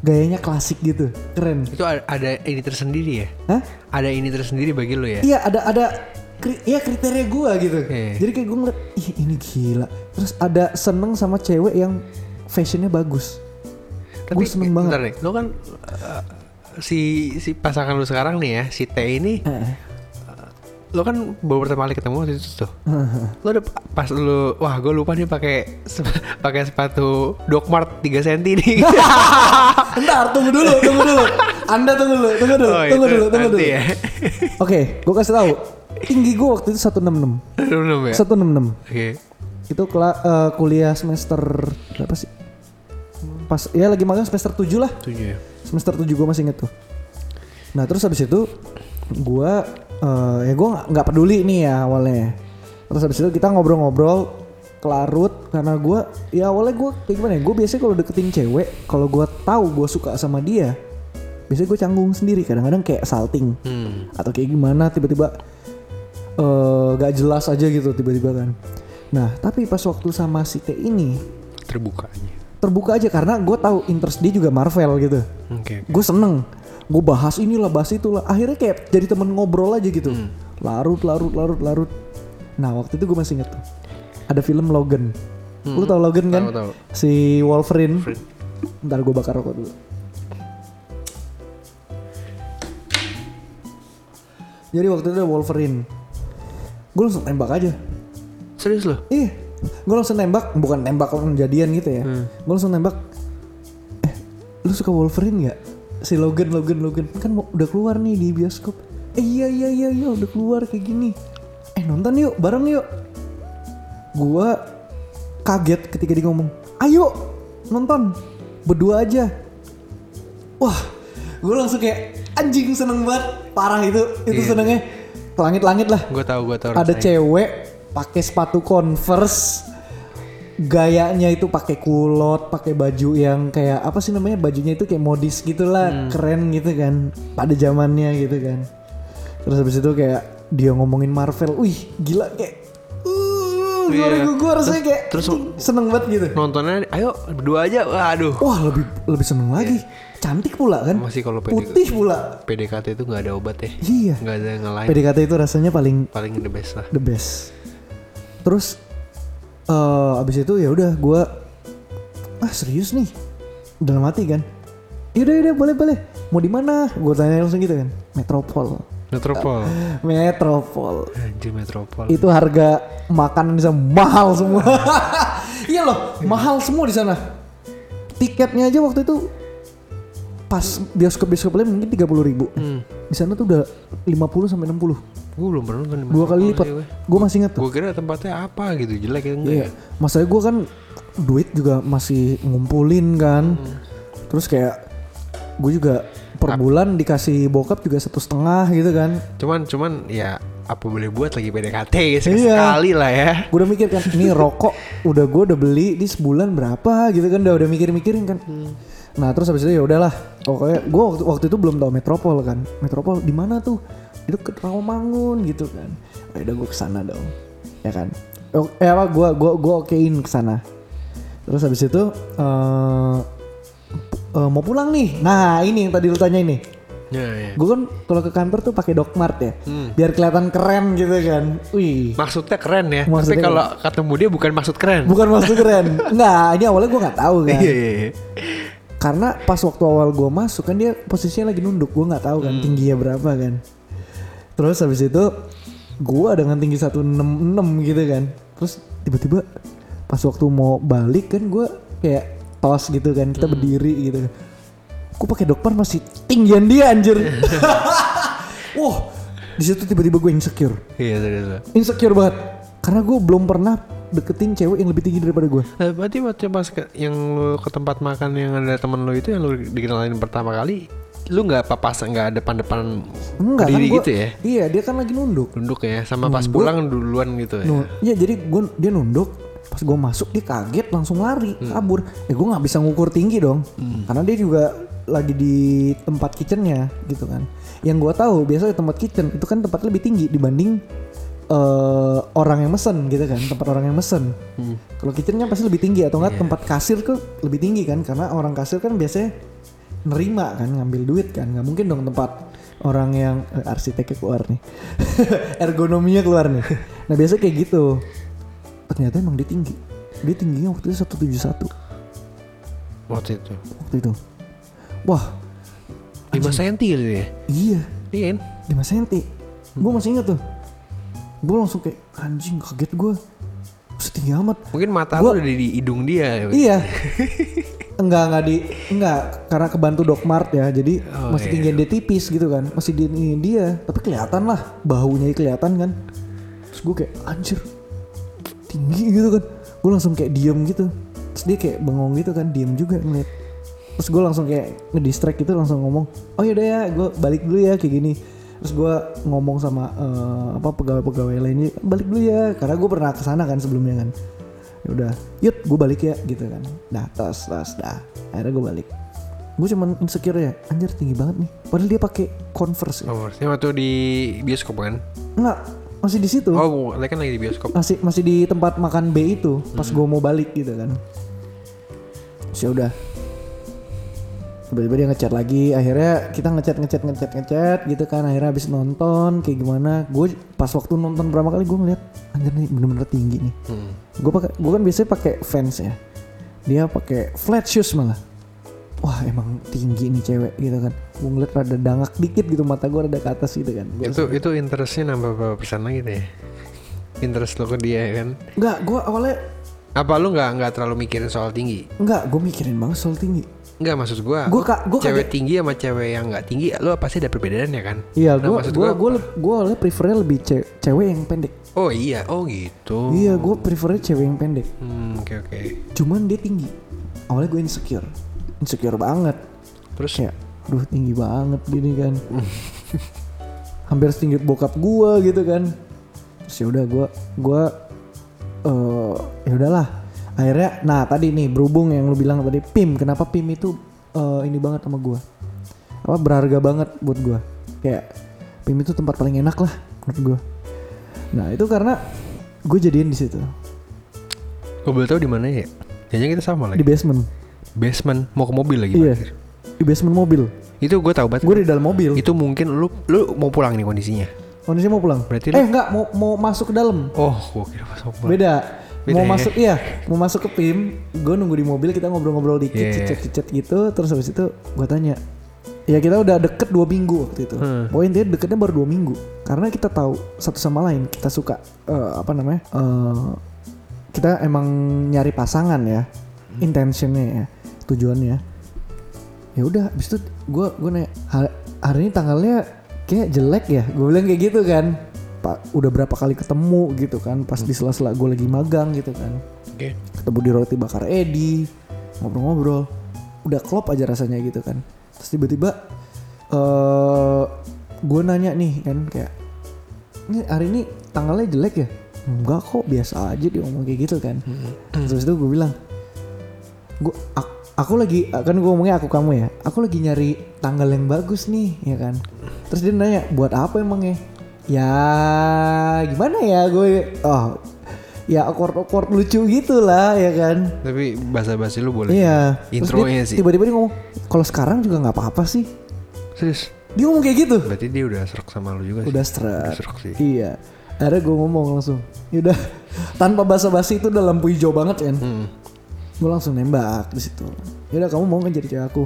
B: Gayanya klasik gitu, keren.
A: Itu ada, ada ini tersendiri ya?
B: Hah?
A: Ada ini tersendiri bagi lo ya?
B: Iya ada ada kri- iya kriteria gua gitu.
A: Iya.
B: Jadi kayak gue ngeliat, ih ini gila. Terus ada seneng sama cewek yang fashionnya bagus. Gue seneng banget.
A: bentar nih, lo kan eh, si si pasangan lu sekarang nih ya, si T ini
B: Eh,
A: lo kan baru pertama kali ketemu waktu itu tuh lo udah pas lo wah gue lupa nih pakai sep- pakai sepatu Doc Mart 3 cm nih
B: Ntar tunggu dulu, tunggu dulu. Anda tunggu dulu, tunggu dulu,
A: Oh,
B: tunggu
A: itu
B: dulu, tunggu
A: nanti
B: dulu.
A: ya.
B: Oke, gue kasih tahu. Tinggi gue waktu itu 166.
A: belum ya
B: 166.
A: oke
B: Itu kela- eh, kuliah semester berapa sih? Pas ya lagi magang semester 7 lah.
A: tujuh ya
B: Semester 7 gue masih inget tuh. Nah, terus habis itu gue eh, ya gue nggak- nggak peduli nih ya awalnya. Terus habis itu kita ngobrol-ngobrol kelarut karena gue ya awalnya gue kayak gimana ya gue biasanya kalau deketin cewek kalau gue tahu gue suka sama dia biasanya gue canggung sendiri kadang-kadang kayak salting
A: hmm.
B: atau kayak gimana tiba-tiba eh, gak jelas aja gitu tiba-tiba kan nah tapi pas waktu sama si T ini
A: terbukanya
B: terbuka aja karena gue tahu interest dia juga Marvel gitu
A: oke oke.
B: gue seneng gue bahas inilah bahas itulah akhirnya kayak jadi temen ngobrol aja gitu
A: Hmm.
B: larut larut larut larut nah waktu itu gue masih inget tuh ada film Logan lu tau Logan
A: Hmm.
B: kan
A: Tahu, tahu.
B: si Wolverine ntar gue bakar rokok dulu jadi waktu itu ada Wolverine gue langsung tembak aja
A: serius lo
B: Ih, gue langsung nembak, bukan nembak langsung jadian gitu ya. Gue langsung nembak. Eh, lu suka Wolverine nggak? Si Logan, Logan, Logan kan mau, udah keluar nih di bioskop. Eh iya iya iya iya udah keluar kayak gini. Eh nonton yuk, bareng yuk. Gua kaget ketika dia ngomong, ayo nonton berdua aja. Wah, gue langsung kayak anjing seneng banget, parah itu, itu senengnya langit-langit lah
A: gue tahu gue tahu
B: ada
A: rasanya.
B: cewek pakai sepatu converse gayanya itu pakai kulot pakai baju yang kayak apa sih namanya bajunya itu kayak modis gitulah
A: Hmm.
B: keren gitu kan pada zamannya gitu kan terus habis itu kayak dia ngomongin Marvel wih gila kayak uh, sorry
A: Iya.
B: gue gue rasanya kayak
A: terus-
B: seneng banget gitu
A: nontonnya ayo berdua aja waduh
B: wah lebih lebih seneng lagi cantik pula
A: Iya.
B: kan
A: Masih kalau pede-
B: putih pula
A: PDKT itu nggak ada obat ya
B: iya
A: nggak ada yang lain
B: PDKT itu rasanya paling
A: paling the best lah
B: the best terus eh abis itu ya udah gue ah serius nih dalam hati kan yaudah yaudah boleh boleh mau di mana gue tanya langsung gitu kan metropol
A: Metropol
B: metropol
A: anjir Metropol
B: itu harga makan bisa mahal semua iya loh mahal semua di sana tiketnya aja waktu itu pas bioskop bioskop lain mungkin tiga puluh ribu
A: hmm.
B: di sana tuh udah 50 sampai 60
A: gue belum pernah nonton di
B: dua kali
A: Metropol
B: lipat
A: sih, gue.
B: gue masih inget tuh
A: Gue kira tempatnya apa gitu jelek ya enggak
B: Iya, masalahnya gue kan duit juga masih ngumpulin kan, terus kayak gue juga per bulan dikasih bokap juga satu setengah gitu kan,
A: ya. Cuman cuman ya apa boleh buat lagi PDKT ya,
B: Iya.
A: sekali lah ya.
B: gue udah mikir kan, ini rokok udah gue udah beli di sebulan berapa gitu kan, udah udah mikir-mikirin kan, nah terus habis itu ya udahlah, pokoknya gue waktu, waktu itu belum tahu metropol kan, metropol di mana tuh, itu ke Rawamangun gitu kan, ya udah gue kesana dong, ya kan, O- eh apa gue gue gue okein kesana, terus habis itu eh eh, mau pulang nih, nah ini yang tadi lu tanya ini,
A: Ya, ya.
B: gue kan kalau ke kantor tuh pakai Doc Mart ya, biar kelihatan keren gitu kan, wih.
A: Maksudnya keren ya.
B: Maksudnya
A: Tapi kalau ketemu dia bukan maksud keren.
B: Bukan maksud keren. Enggak, ini awalnya gue nggak tahu kan.
A: Iya iya iya.
B: Karena pas waktu awal gue masuk kan dia posisinya lagi nunduk. Gue nggak tahu kan tingginya berapa kan. Terus habis itu gue dengan tinggi 166 gitu kan. Terus tiba-tiba pas waktu mau balik kan gue kayak tos gitu kan. Kita berdiri gitu kan. Gue pakai dokter masih tinggian dia anjir. Wah, di situ tiba-tiba gue insecure.
A: Iya serius. lo.
B: Insecure banget. Karena gue belum pernah deketin cewek yang lebih tinggi daripada gue.
A: Nah, berarti waktu pas ke- yang lu ke tempat makan yang ada temen lu itu yang lu dikenalin pertama kali, lu nggak papasan nggak depan-depan
B: Enggak
A: berdiri
B: kan gua,
A: gitu ya?
B: Iya dia kan lagi nunduk.
A: Duduk ya, sama pas pulang duluan gitu ya.
B: Nu- Iya jadi gue dia nunduk. Pas gue masuk dia kaget langsung lari
A: Hmm.
B: kabur. Eh gue nggak bisa ngukur tinggi dong. Karena dia juga lagi di tempat kitchennya gitu kan. Yang gue tahu biasanya tempat kitchen itu kan tempat lebih tinggi dibanding eh, orang yang mesen gitu kan. Tempat orang yang mesen.
A: Hmm.
B: Kalau kitchen kan pasti lebih tinggi atau
A: Iya.
B: enggak tempat kasir ke lebih tinggi kan. Karena orang kasir kan biasanya nerima kan ngambil duit kan nggak mungkin dong tempat orang yang eh, arsiteknya keluar nih ergonominya keluar nih nah biasanya kayak gitu ternyata emang dia tinggi dia tingginya waktu itu 171
A: Waktu itu.
B: waktu itu wah
A: 5 cm gitu ya.
B: iya
A: Iya kan?
B: 5 cm gue masih ingat tuh gue langsung kayak anjing kaget gue setinggi amat
A: Mungkin mata
B: Gua-
A: lu udah di hidung dia.
B: Iya. enggak enggak di enggak karena kebantu Doc Mart ya. Jadi
A: Oh, iya.
B: masih tinggian dia tipis gitu kan. Masih tinggian dia, tapi kelihatan lah bahunya kelihatan kan. Terus gue kayak anjir. Tinggi gitu kan. Gue langsung kayak diem gitu. Terus dia kayak bengong gitu kan, diem juga ngeliat. Terus gue langsung kayak ngedistract gitu langsung ngomong, "Oh yaudah ya, gue balik dulu ya kayak gini." Terus gue ngomong sama eh, apa pegawai-pegawai lainnya, "Balik dulu ya." Karena gue pernah kesana kan sebelumnya kan ya udah yut gue balik ya gitu kan dah tas tas dah akhirnya gue balik gue cuman insecure ya anjir tinggi banget nih padahal dia pakai converse ya.
A: Nomornya waktu di bioskop kan?
B: nggak masih di situ
A: Oh, dia kan lagi di bioskop.
B: masih masih di tempat makan B itu pas gue mau balik gitu kan Terus ya udah tiba-tiba dia ngechat lagi akhirnya kita ngechat ngechat ngechat ngechat gitu kan akhirnya habis nonton kayak gimana gue pas waktu nonton pertama kali gue ngeliat anjir nih bener-bener tinggi nih
A: Hmm.
B: gue pakai gue kan biasanya pakai fans ya dia pakai flat shoes malah wah emang tinggi nih cewek gitu kan gue ngeliat rada dangak dikit gitu mata gue rada ke atas gitu kan Gua-
A: Itu itu interestnya nambah berapa persen lagi deh? Interest lo ke dia ya kan?
B: nggak gue awalnya
A: Apa lu nggak nggak terlalu mikirin soal tinggi?
B: nggak gue mikirin banget soal tinggi
A: Nggak maksud gua.
B: Gua ka- gua
A: cewek
B: kaget.
A: tinggi sama cewek yang nggak tinggi, lo pasti ada perbedaannya kan?
B: iya
A: Nah,
B: gue
A: maksud
B: gue
A: gua
B: gue gue awalnya prefernya lebih ce- cewek yang pendek
A: Oh iya, oh gitu.
B: iya gue prefernya cewek yang pendek
A: Hmm, oke oke.
B: cuman dia tinggi awalnya gue insecure insecure banget
A: Terus
B: kayak duh tinggi banget gini kan hampir setinggi bokap gua gitu kan terus ya udah gua gua eh ya udahlah akhirnya nah tadi nih berhubung yang lu bilang tadi pim kenapa pim itu eh, ini banget sama gua apa berharga banget buat gua kayak pim itu tempat paling enak lah menurut gua nah itu karena gue jadian di situ
A: Gue boleh tahu di mana ya? Jangan kita sama
B: di
A: lagi.
B: basement
A: basement mau ke mobil lagi.
B: iya
A: Pak.
B: di basement mobil
A: Itu gue tahu banget.
B: gue di dalam mobil
A: Itu mungkin lu lu mau pulang nih kondisinya.
B: Kondisinya mau pulang.
A: Berarti
B: eh enggak mau mau masuk ke dalam.
A: Oh, gue kira pas mau pulang.
B: Beda.
A: Beda
B: Mau
A: ya?
B: masuk iya, mau masuk ke PIM, gue nunggu di mobil kita ngobrol-ngobrol dikit,
A: Iya.
B: cicet-cicet gitu, terus habis itu gue tanya. Ya kita udah deket dua minggu waktu itu.
A: Hmm.
B: Poin dia deketnya baru dua minggu. Karena kita tahu satu sama lain, kita suka eh, apa namanya? eh, kita emang nyari pasangan ya, intentionnya ya, tujuannya. Ya udah, habis itu gue gue nanya "Har- hari ini tanggalnya kayak jelek ya, gue bilang kayak gitu kan. Pak udah berapa kali ketemu gitu kan, pas di sela-sela gue lagi magang gitu kan
A: Oke.
B: ketemu di roti bakar Edi ngobrol-ngobrol udah klop aja rasanya gitu kan terus tiba-tiba eh gue nanya nih kan kayak ini hari ini tanggalnya jelek ya enggak kok biasa aja dia ngomong kayak gitu kan terus itu gue bilang gue aku, lagi kan gue ngomongnya aku kamu ya aku lagi nyari tanggal yang bagus nih ya kan terus dia nanya buat apa emangnya ya gimana ya gue oh ya awkward awkward lucu gitu lah ya kan
A: Tapi bahasa-bahasi lu boleh.
B: iya Terus
A: Intronya
B: dia
A: sih.
B: tiba-tiba dia ngomong kalau sekarang juga nggak apa-apa sih
A: Serius.
B: dia ngomong kayak gitu
A: Berarti dia udah serak sama lu juga sih.
B: udah stres
A: serak sih.
B: Iya. Akhirnya gue ngomong langsung. Yaudah. Tanpa basa-basi itu udah lampu hijau banget kan.
A: Hmm.
B: Gue langsung nembak di situ. Yaudah kamu mau kan jadi cewek aku?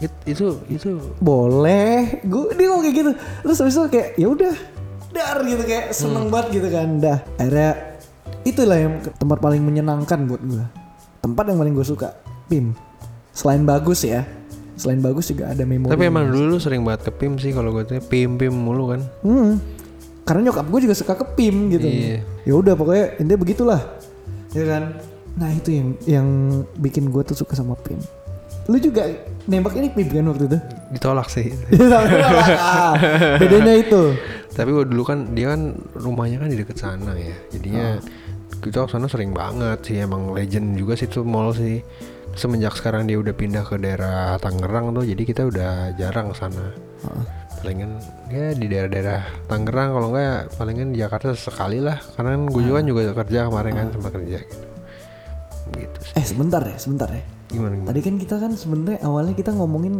A: It- itu itu
B: Boleh. Gue dia ngomong kayak gitu. Terus habis itu kayak yaudah. Dar gitu kayak seneng banget gitu kan. Dah. Akhirnya itulah yang tempat paling menyenangkan buat gue. Tempat yang paling gue suka. Pim. Selain bagus ya. Selain bagus juga ada memori.
A: tapi emang dulu lu sering banget ke PIM sih kalau gue tuh PIM PIM mulu kan.
B: Hmm. Karena nyokap gue juga suka ke PIM gitu.
A: Iya.
B: Ya udah pokoknya intinya begitulah. Ya kan? Nah, itu yang yang bikin gue tuh suka sama PIM. Lu juga nembak ini PIM kan waktu itu?
A: Ditolak sih.
B: Ah, Bedanya itu.
A: tapi gua dulu kan dia kan rumahnya kan di deket sana ya. Jadinya kita ke sana sering banget sih emang legend juga sih tuh mall sih. Semenjak sekarang dia udah pindah ke daerah Tangerang tuh jadi kita udah jarang ke sana. Palingan ya di daerah-daerah Tangerang kalau enggak palingan di Jakarta sekali lah karena gue juga juga kerja kemarin kan sempat kerja gitu. Gitu sih.
B: Eh, sebentar ya, sebentar ya.
A: Gimana gimana?
B: Tadi kan kita kan sebenarnya awalnya kita ngomongin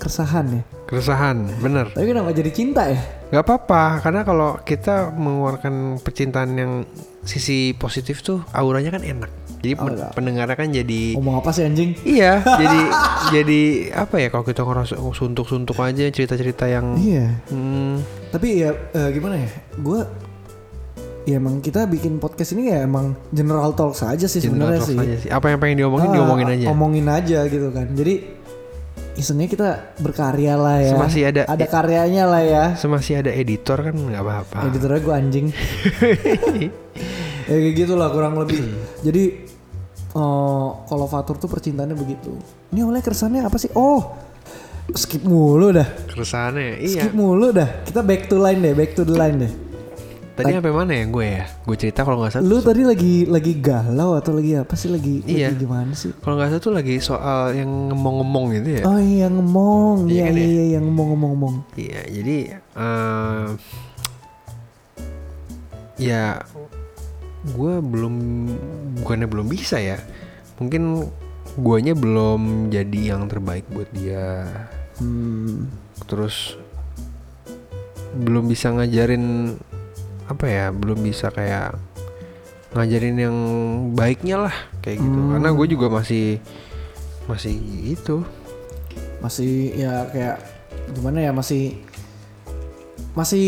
B: keresahan ya.
A: Keresahan, bener.
B: Tapi kenapa jadi cinta ya?
A: Gak apa-apa, karena kalau kita mengeluarkan percintaan yang sisi positif tuh auranya kan enak. Jadi pen-
B: Aura.
A: pendengarnya kan jadi
B: Ngomong apa sih anjing?
A: iya, jadi jadi apa ya kalau kita ngerasa oh, suntuk-suntuk aja cerita-cerita yang
B: Iya.
A: hmm,
B: Tapi ya eh, gimana ya? Gue ya emang kita bikin podcast ini ya emang general talk saja sih
A: General
B: sebenarnya sih.
A: talks aja sih. Apa yang pengen diomongin
B: Ah,
A: diomongin aja.
B: Omongin aja gitu kan. Jadi isinya kita berkarya lah ya.
A: Masih ada-
B: ada karyanya lah ya.
A: Semasih ada editor kan nggak apa-apa.
B: Editornya gue anjing. ya kayak gitu lah kurang lebih.
A: Hmm.
B: Jadi eh, kalau Fatur tuh percintaannya begitu. Ini oleh keresannya apa sih? Oh, skip mulu dah.
A: Keresahannya iya.
B: Skip mulu dah. Kita back to line deh, back to the line deh.
A: Tadi apa mana ya gue ya? Gue cerita kalau nggak salah.
B: Lu tadi lagi lagi galau atau lagi apa sih lagi
A: Iya.
B: lagi gimana sih?
A: Kalau nggak salah tuh lagi soal yang ngomong-ngomong gitu ya.
B: Oh iya ngomong,
A: Iya
B: iya
A: kan
B: iya
A: ya?
B: iya yang ngomong ngomong ngomong.
A: Iya, jadi eh, ya gue belum bukannya belum bisa ya. Mungkin guanya belum jadi yang terbaik buat dia.
B: Hmm.
A: Terus belum bisa ngajarin apa ya? Belum bisa kayak ngajarin yang baiknya lah kayak gitu. Karena gue juga masih masih itu
B: masih ya kayak gimana ya masih masih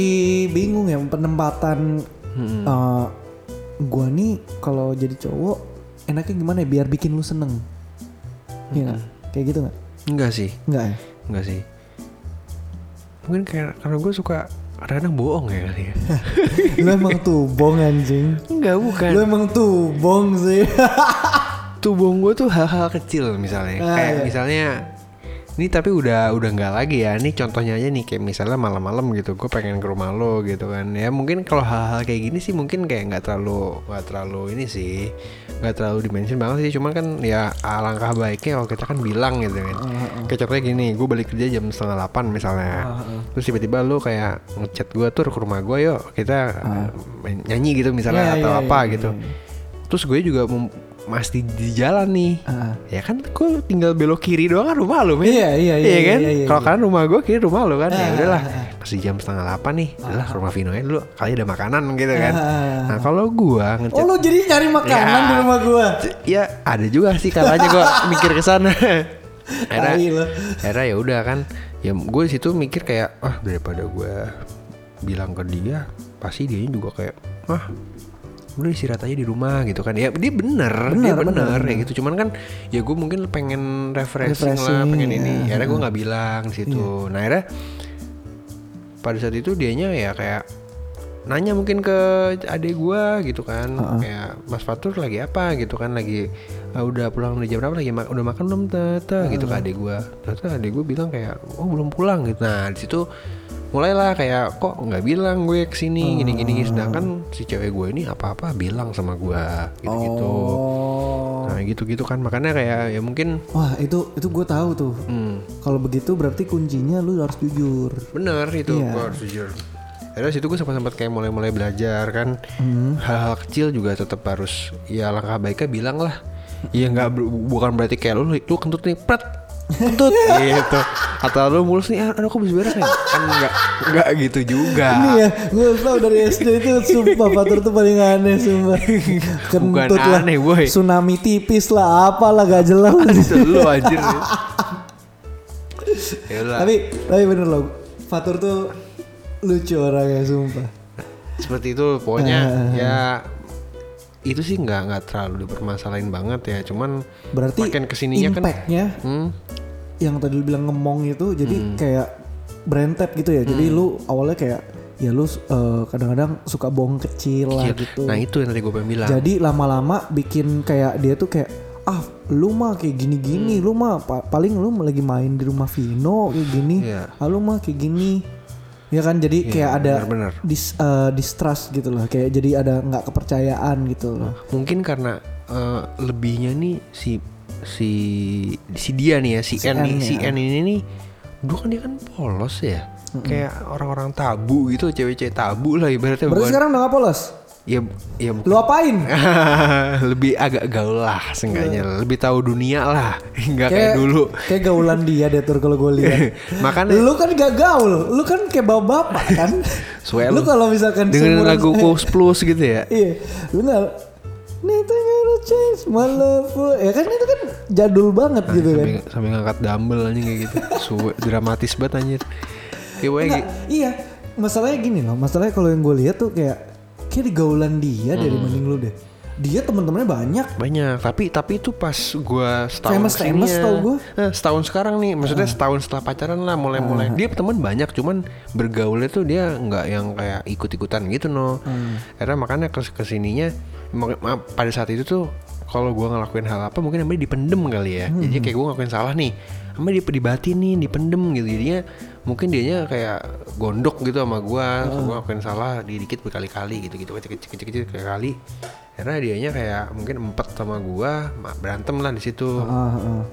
B: bingung ya penempatan eh, gua nih kalau jadi cowok enaknya gimana ya biar bikin lu seneng Iya nggak? kayak gitu nggak
A: enggak sih.
B: nggak ya
A: Enggak sih. Mungkin kayak karena gue suka kadang-kadang bohong ya kali ya.
B: lu emang tuh bong anjing
A: Enggak bukan.
B: lu emang tuh bong sih
A: Tuh bohong gue tuh hal-hal kecil misalnya.
B: Ah,
A: kayak
B: iya.
A: misalnya ini tapi udah udah nggak lagi ya. Ini contohnya aja nih kayak misalnya malam-malam gitu gue pengen ke rumah lo gitu kan. Ya mungkin kalau hal-hal kayak gini sih mungkin kayak nggak terlalu nggak terlalu ini sih nggak terlalu dimention banget sih cuman kan ya alangkah baiknya kalau kita kan bilang gitu kan
B: Ah,
A: kayak contohnya gini gue balik kerja jam setengah delapan misalnya
B: Ah,
A: terus tiba-tiba lu kayak ngechat gue tuh ke rumah gue yuk kita eh, nyanyi gitu misalnya
B: Ah. Iya,
A: atau
B: iya,
A: apa
B: iya,
A: gitu
B: iya.
A: terus gue juga mem- masih di jalan nih
B: Ah.
A: ya kan gue tinggal belok kiri doang kan rumah lo men.
B: Iya, iya, iya,
A: kan
B: iya, iya,
A: kalau
B: iya.
A: kanan rumah gue kiri rumah lo kan ya
B: Ah,
A: udahlah
B: ah,
A: masih jam setengah delapan nih udahlah ke rumah Vino aja dulu kali ada makanan gitu kan
B: Ah.
A: nah kalau gue
B: oh
A: ngechat
B: lu jadi nyari makanan
A: Ya.
B: di rumah gua
A: ya ada juga sih kalanya gue mikir ke sana akhirnya
B: Tai lu.
A: akhirnya ya udah kan ya gue situ mikir kayak ah daripada gue bilang ke dia pasti dia juga kayak ah udah istirahat aja di rumah gitu kan ya dia bener, dia
B: Bener,
A: bener,
B: bener,
A: ya gitu cuman kan ya gue mungkin pengen refreshing, lah
B: Refreshing, Iya.
A: pengen ini
B: ya.
A: akhirnya gue nggak bilang di situ nah akhirnya pada saat itu dianya ya kayak nanya mungkin ke adik gua gitu kan kayak Mas Fatur lagi apa gitu kan lagi "Ah, udah pulang dari jam berapa lagi ma- udah makan belum tata gitu ke adik gua ternyata adik gua bilang kayak oh belum pulang gitu nah di situ mulailah kayak kok nggak bilang gue kesini gini gini gini." sedangkan si cewek gue ini apa apa bilang sama gua gitu gitu
B: oh
A: nah gitu gitu kan makanya kayak ya mungkin
B: wah itu itu gua tahu tuh
A: hmm,
B: kalau begitu berarti kuncinya lu harus jujur
A: Bener itu
B: Iya.
A: gua harus jujur. Akhirnya situ gue sempat-sempat kayak mulai-mulai belajar kan
B: Hmm.
A: hal-hal kecil juga tetap harus ya langkah baiknya bilang lah
B: Iya,
A: ya nggak ber- bukan berarti kayak lu lu kentut nih pret kentut gitu atau lu mulus nih "Ah, aduh aku bisa beres nih kan nggak nggak gitu juga
B: Ini ya, gue tau dari SD itu sumpah Fatur tuh paling aneh sumpah. Kentut lah,
A: aneh, boy.
B: tsunami tipis lah, apalah gak jelas.
A: itu lu anjir Ya Yalah,
B: tapi tapi bener loh, Fatur tuh lucu orangnya sumpah.
A: seperti itu pokoknya
B: Eh,
A: ya itu sih nggak nggak terlalu dipermasalahin banget ya cuman
B: Berarti
A: makin kesininya kan
B: impactnya
A: hmm,
B: yang tadi lu bilang ngemong itu jadi kayak berentet gitu ya. Jadi
A: Hmm.
B: lu awalnya kayak ya lu eh, kadang-kadang suka bohong kecil lah
A: Iya.
B: gitu.
A: Nah itu yang tadi gue pengen bilang.
B: Jadi lama-lama bikin kayak dia tuh kayak ah lu mah kayak gini-gini,
A: Hmm.
B: lu mah pa- paling lu lagi main di rumah Vino kayak gini,
A: Iya.
B: ah lu mah kayak gini. Ya kan jadi kayak ada
A: benar-benar.
B: dis- eh, distrust gitu loh, kayak jadi ada nggak kepercayaan gitu loh.
A: Mungkin karena eh, lebihnya nih si si si dia nih ya si, N nih si N ini nih, dulu kan dia kan polos ya. Kayak orang-orang tabu gitu, cewek-cewek tabu lah ibaratnya
B: Berarti
A: bukan.
B: sekarang udah nggak polos?
A: Ya ya bu-
B: Lu apain?
A: lebih agak gaul lah seenggaknya lebih tahu dunia lah nggak Iya. kayak dulu
B: Kayak gaulan dia deh tur kalau gue lihat.
A: makanya
B: lu kan gak gaul, lu kan kayak bapak kan.
A: Suel.
B: lu kalau misalkan
A: dengerin
B: seumuran
A: lagu Koos Plus gitu ya
B: Iya, lu nggak Nathan Euro Change My Love for-" Ya kan itu kan jadul banget gitu kan.
A: sambil, sambil ngangkat dumbbell anjing kayak gitu Suwe, dramatis banget anjir kayak pokoknya
B: Nggak, iya, masalahnya gini loh. Masalahnya kalau yang gue lihat tuh kayak kayak di gaulan dia
A: Hmm.
B: deh dibanding lu deh. Dia teman-temannya banyak.
A: banyak tapi tapi itu pas gua setahun
B: Famous-
A: kesininya.
B: famous tau gua.
A: Eh, setahun sekarang nih maksudnya setahun setelah pacaran lah mulai mulai dia teman banyak cuman bergaulnya tuh dia nggak yang kayak ikut ikutan gitu no karena makanya kes kesininya mak- ma- pada saat itu tuh kalau gua ngelakuin hal apa mungkin namanya dipendem kali ya jadi kayak gua ngelakuin salah nih sama dia dibatinin dipendem gitu jadinya mungkin dianya kayak gondok gitu sama gua gua ngelakuin salah dikit berkali-kali gitu gitu kecil kecil kecil kecil kali karena dianya kayak mungkin empat sama gua ma- berantem lah di situ
B: Ah, ah, ah.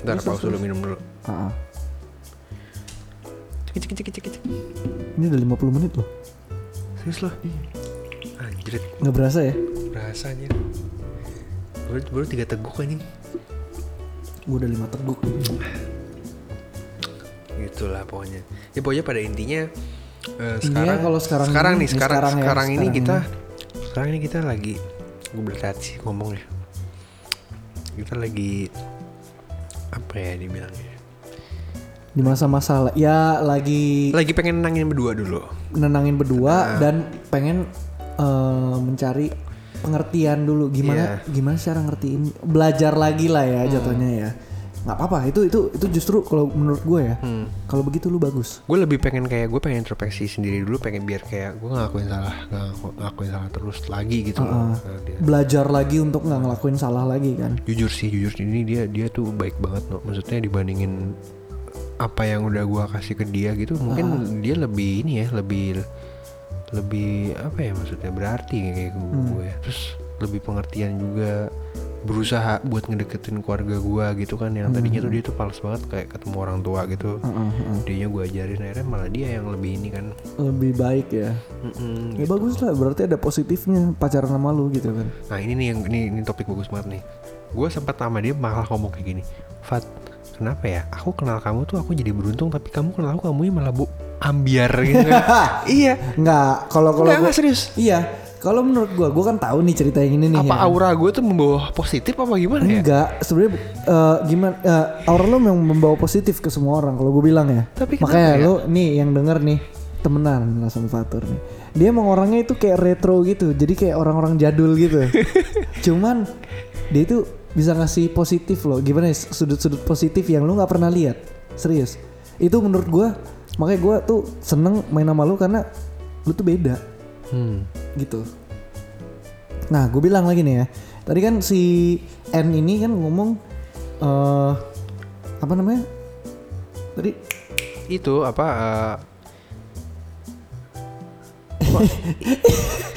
A: ntar pause dulu minum dulu
B: Ah, ah.
A: cek cek cek cek cek
B: Ini udah 50 menit loh.
A: serius lo anjrit
B: Nggak berasa ya?
A: rasanya baru baru tiga teguk anjing
B: Gue udah lima teguk.
A: gitulah pokoknya ya pokoknya pada intinya eh,
B: Intinya
A: sekarang
B: Iya, kalau sekarang
A: sekarang
B: ini-
A: nih sekarang
B: sekarang
A: sekarang,
B: ya,
A: ini
B: sekarang
A: kita sekarang ini kita lagi gue berat sih ngomongnya kita lagi apa ya dibilangnya
B: Di masa-masa la- ya lagi
A: lagi pengen nangin berdua dulu
B: nenangin berdua dan pengen eh, mencari pengertian dulu gimana gimana cara ngertiin belajar lagi lah ya jatuhnya ya nggak apa-apa itu itu itu justru kalau menurut gue ya kalau begitu lu bagus
A: gue lebih pengen kayak gue pengen introspeksi sendiri dulu pengen biar kayak gue ngelakuin salah nggak ngaku- ngelakuin salah terus lagi gitu loh. Nah, dia-
B: belajar lagi untuk nggak ngelakuin salah lagi kan
A: jujur sih jujur ini dia dia tuh baik banget no maksudnya dibandingin apa yang udah gua kasih ke dia gitu mungkin dia lebih ini ya lebih lebih apa ya maksudnya berarti kayak gue ya. terus lebih pengertian juga berusaha buat ngedeketin keluarga gua gitu kan yang tadinya tuh dia tuh pales banget kayak ketemu orang tua gitu dia gue ajarin akhirnya malah dia yang lebih ini kan
B: lebih baik ya
A: Mm-mm.
B: ya bagus lah berarti ada positifnya pacaran sama lu gitu kan
A: Nah ini nih yang ini, ini topik bagus banget nih. Gue sempat sama dia malah ngomong kayak gini, Fat, kenapa ya? Aku kenal kamu tuh aku jadi beruntung, tapi kamu kenal aku kamu malah bu ambiar gitu. kan. iya.
B: nggak kalau kalau
A: Enggak,
B: gua-
A: enggak serius.
B: iya kalau menurut gue gue kan tahu nih cerita yang ini nih
A: Apa
B: ya.
A: aura gue tuh membawa positif apa gimana ya?
B: Enggak, sebenarnya eh, gimana eh, aura lo memang membawa positif ke semua orang kalau gue bilang ya.
A: Tapi kenapa
B: Makanya
A: ya?
B: lo nih yang denger nih temenan lah sama Fatur nih. Dia emang orangnya itu kayak retro gitu, jadi kayak orang-orang jadul gitu. Cuman dia itu bisa ngasih positif loh. Gimana ya sudut-sudut positif yang lo nggak pernah lihat. Serius. Itu menurut gue makanya gue tuh seneng main sama lo karena lo tuh beda
A: Hmm.
B: gitu. Nah, gue bilang lagi nih ya. Tadi kan si N ini kan ngomong eh apa namanya? Tadi
A: Itu apa? eh,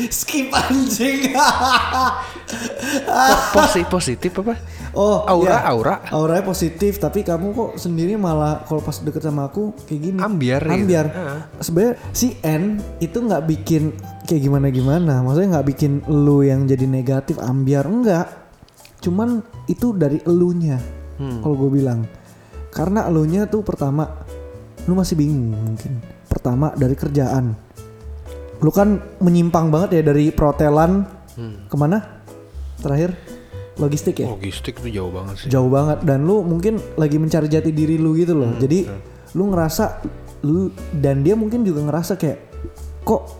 B: skip anjing. Ah.
A: po- posi- positif apa?
B: oh,
A: Aura,
B: iya.
A: aura.
B: Auranya positif, tapi kamu kok sendiri malah kalau pas deket sama aku kayak gini.
A: Ambiar gitu.
B: Ambiar.
A: Ah.
B: Sebenarnya si N itu nggak bikin kayak gimana gimana. Maksudnya nggak bikin lu yang jadi negatif ambiar enggak. Cuman itu dari elunya.
A: Hmm.
B: Kalau gue bilang. Karena elunya tuh pertama lu masih bingung mungkin. Pertama dari kerjaan. Lu kan menyimpang banget ya dari protelan
A: Hmm.
B: kemana? Terakhir logistik ya
A: Logistik tuh jauh banget sih.
B: jauh banget dan lu mungkin lagi mencari jati diri lu gitu loh jadi lu ngerasa lu dan dia mungkin juga ngerasa kayak kok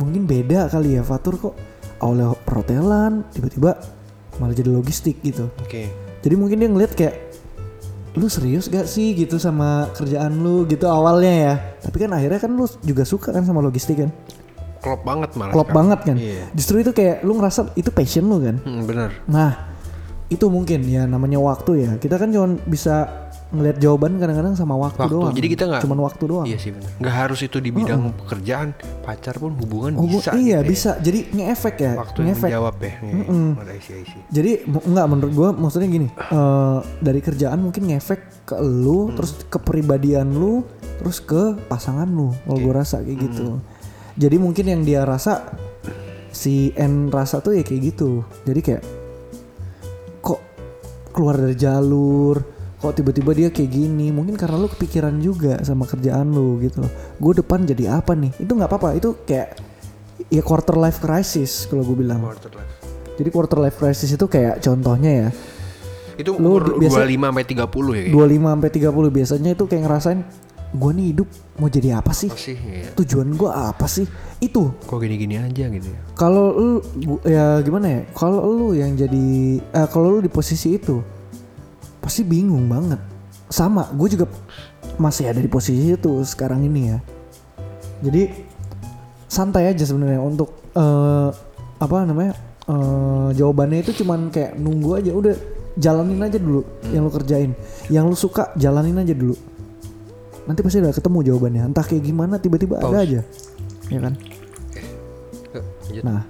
B: mungkin beda kali ya Fatur kok awalnya perhotelan tiba-tiba malah jadi logistik gitu
A: Oke.
B: jadi mungkin dia ngeliat kayak lu serius gak sih gitu sama kerjaan lu gitu awalnya ya tapi kan akhirnya kan lu juga suka kan sama logistik kan
A: Klop banget malah.
B: klop
A: sekarang.
B: banget kan
A: Iya.
B: justru itu kayak lu ngerasa itu passion lu kan
A: Hmm, bener.
B: Nah, itu mungkin ya namanya waktu ya. Kita kan cuma bisa ngelihat jawaban kadang-kadang sama waktu,
A: Waktu.
B: doang.
A: Jadi kita nggak-
B: cuman waktu doang.
A: Iya sih bener. Nggak harus itu di bidang pekerjaan, pacar pun hubungan
B: Hubung-
A: bisa.
B: iya,
A: gitu ya.
B: bisa. Jadi ngeefek ya.
A: Waktu yang
B: ngeefek.
A: menjawab ya. Iya, Ada isi-isi.
B: Jadi mu- nggak menurut gua maksudnya gini, eh, dari kerjaan mungkin ngefek ke lu, terus ke pribadian lu, terus ke pasangan lu. Kalau gua rasa kayak gitu. Jadi mungkin yang dia rasa si N rasa tuh ya kayak gitu. Jadi kayak kok keluar dari jalur kok tiba-tiba dia kayak gini mungkin karena lu kepikiran juga sama kerjaan lu gitu loh gue depan jadi apa nih itu nggak apa-apa itu kayak ya quarter life crisis kalau gue bilang
A: Quarter life.
B: jadi quarter life crisis itu kayak contohnya ya
A: Itu
B: Lu
A: umur
B: biasa-
A: 25 sampai 30 ya kayaknya.
B: 25 sampai 30 biasanya itu kayak ngerasain gue nih hidup mau jadi apa sih?
A: sih ya.
B: Tujuan gue apa sih? Itu
A: kok gini-gini aja gitu ya
B: kalau lu gu- ya gimana ya? Kalau lu yang jadi eh, kalau lu di posisi itu pasti bingung banget. Sama, gue juga masih ada di posisi itu sekarang ini ya. Jadi santai aja sebenarnya untuk eh, apa namanya? eh, jawabannya itu cuman kayak nunggu aja udah jalanin aja dulu yang lu kerjain. Yang lu suka jalanin aja dulu. Nanti pasti udah ketemu jawabannya. Entah kayak gimana tiba-tiba ada
A: Pause.
B: aja. Ya kan? Nah,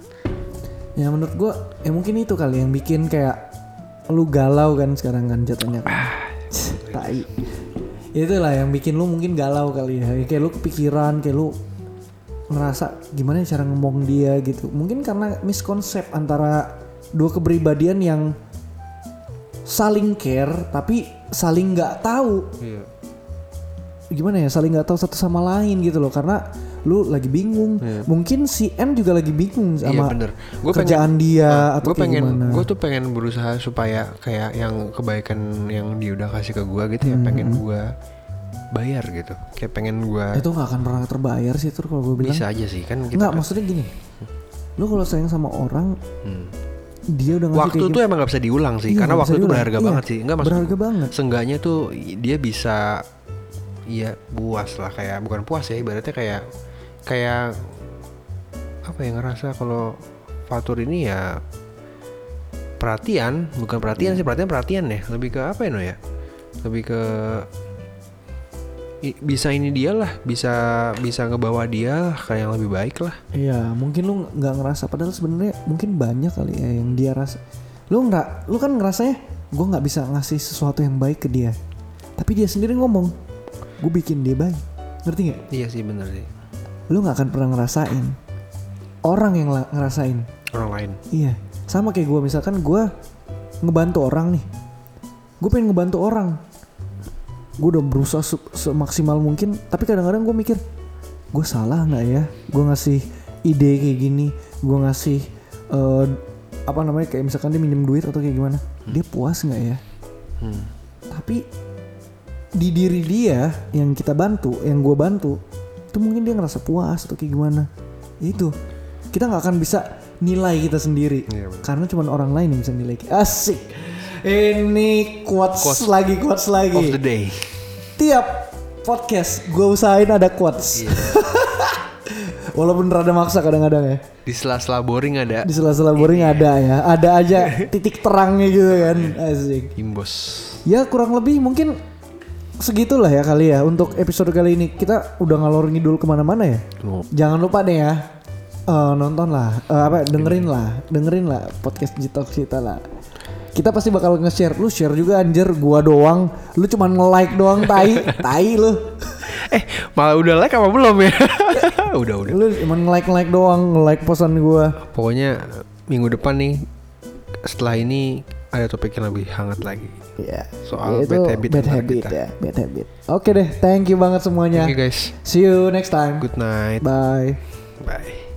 B: ya menurut gua ya mungkin itu kali yang bikin kayak lu galau kan sekarang kan jatuhnya. Kan. Tai. Itulah yang bikin lu mungkin galau kali ya. Kayak lu kepikiran, kayak lu ngerasa gimana ya cara ngomong dia gitu. Mungkin karena miskonsep antara dua kepribadian yang saling care tapi saling nggak tahu
A: iya
B: gimana ya saling nggak tahu satu sama lain gitu loh karena lu lagi bingung mungkin si M juga lagi bingung
A: iya
B: sama
A: bener gue pengen
B: kerjaan dia atau
A: gue
B: kayak
A: pengen
B: gimana
A: gue tuh pengen berusaha supaya kayak yang kebaikan yang dia udah kasih ke gue gitu
B: Mm-hmm.
A: ya pengen gue bayar gitu kayak pengen gue
B: itu nggak akan pernah terbayar sih tur kalau gue bilang
A: bisa aja sih kan kita
B: nggak maksudnya gini lu kalau sayang sama orang
A: Hmm.
B: dia udah ngasih
A: waktu
B: kayak
A: tuh emang gak bisa diulang sih
B: Iya,
A: karena
B: nggak
A: waktu
B: bisa
A: itu
B: diulang.
A: berharga
B: Iya,
A: banget sih enggak maksud
B: berharga banget.
A: seenggaknya tuh dia bisa ya puas lah kayak bukan puas ya ibaratnya kayak kayak apa ya ngerasa kalau Fatur ini ya perhatian bukan perhatian sih perhatian perhatian ya lebih ke apa ya no ya lebih ke i- bisa ini dia lah bisa bisa ngebawa dia lah, kayak yang lebih baik lah
B: Iya, mungkin lu nggak ngerasa. Padahal sebenarnya mungkin banyak kali ya yang dia rasa. Lu nggak, lu kan ngerasanya gue nggak bisa ngasih sesuatu yang baik ke dia. Tapi dia sendiri ngomong, gue bikin dia baik. Ngerti nggak?
A: iya sih bener sih
B: Lu nggak akan pernah ngerasain. Orang yang la- ngerasain.
A: orang lain
B: Iya, sama kayak gue misalkan gue ngebantu orang nih. Gue pengen ngebantu orang. Gue udah berusaha se- semaksimal mungkin, tapi kadang-kadang gue mikir, gue salah nggak ya? Gue ngasih ide kayak gini, gue ngasih eh, apa namanya kayak misalkan dia minjem duit atau kayak gimana? Dia puas nggak ya?
A: Hmm.
B: Tapi di diri dia yang kita bantu, yang gue bantu, itu mungkin dia ngerasa puas atau kayak gimana? Ya itu kita nggak akan bisa nilai kita sendiri
A: Iya, bener.
B: karena cuma orang lain yang bisa nilai kita. asik ini quotes,
A: Quotes.
B: lagi quotes
A: of the
B: lagi
A: day
B: tiap podcast gue usahain ada quotes
A: Iya.
B: walaupun rada maksa kadang-kadang ya
A: di sela-sela boring ada
B: di sela-sela boring ada ya ada aja titik terangnya
A: Iya.
B: gitu kan asik
A: imbos
B: Ya kurang lebih mungkin segitulah ya kali ya untuk episode kali ini kita udah ngalor ngidul kemana-mana ya.
A: Oh.
B: Jangan lupa deh ya eh, nonton lah eh, apa dengerin lah dengerin lah podcast Jitok kita lah. Kita pasti bakal nge-share. Lu share juga anjir gua doang. Lu cuman nge-like doang tai, tai lu.
A: eh malah udah like apa belum ya udah udah
B: Lu cuman nge-like like doang, nge-like posan gua.
A: pokoknya minggu depan nih setelah ini ada topik yang lebih hangat lagi
B: Ya.
A: Soal
B: itu
A: bad habit antara
B: habit
A: kita.
B: ya, bad habit. Ya. Oke deh, thank you banget semuanya.
A: oke guys
B: See you next time.
A: good night
B: Bye.
A: bye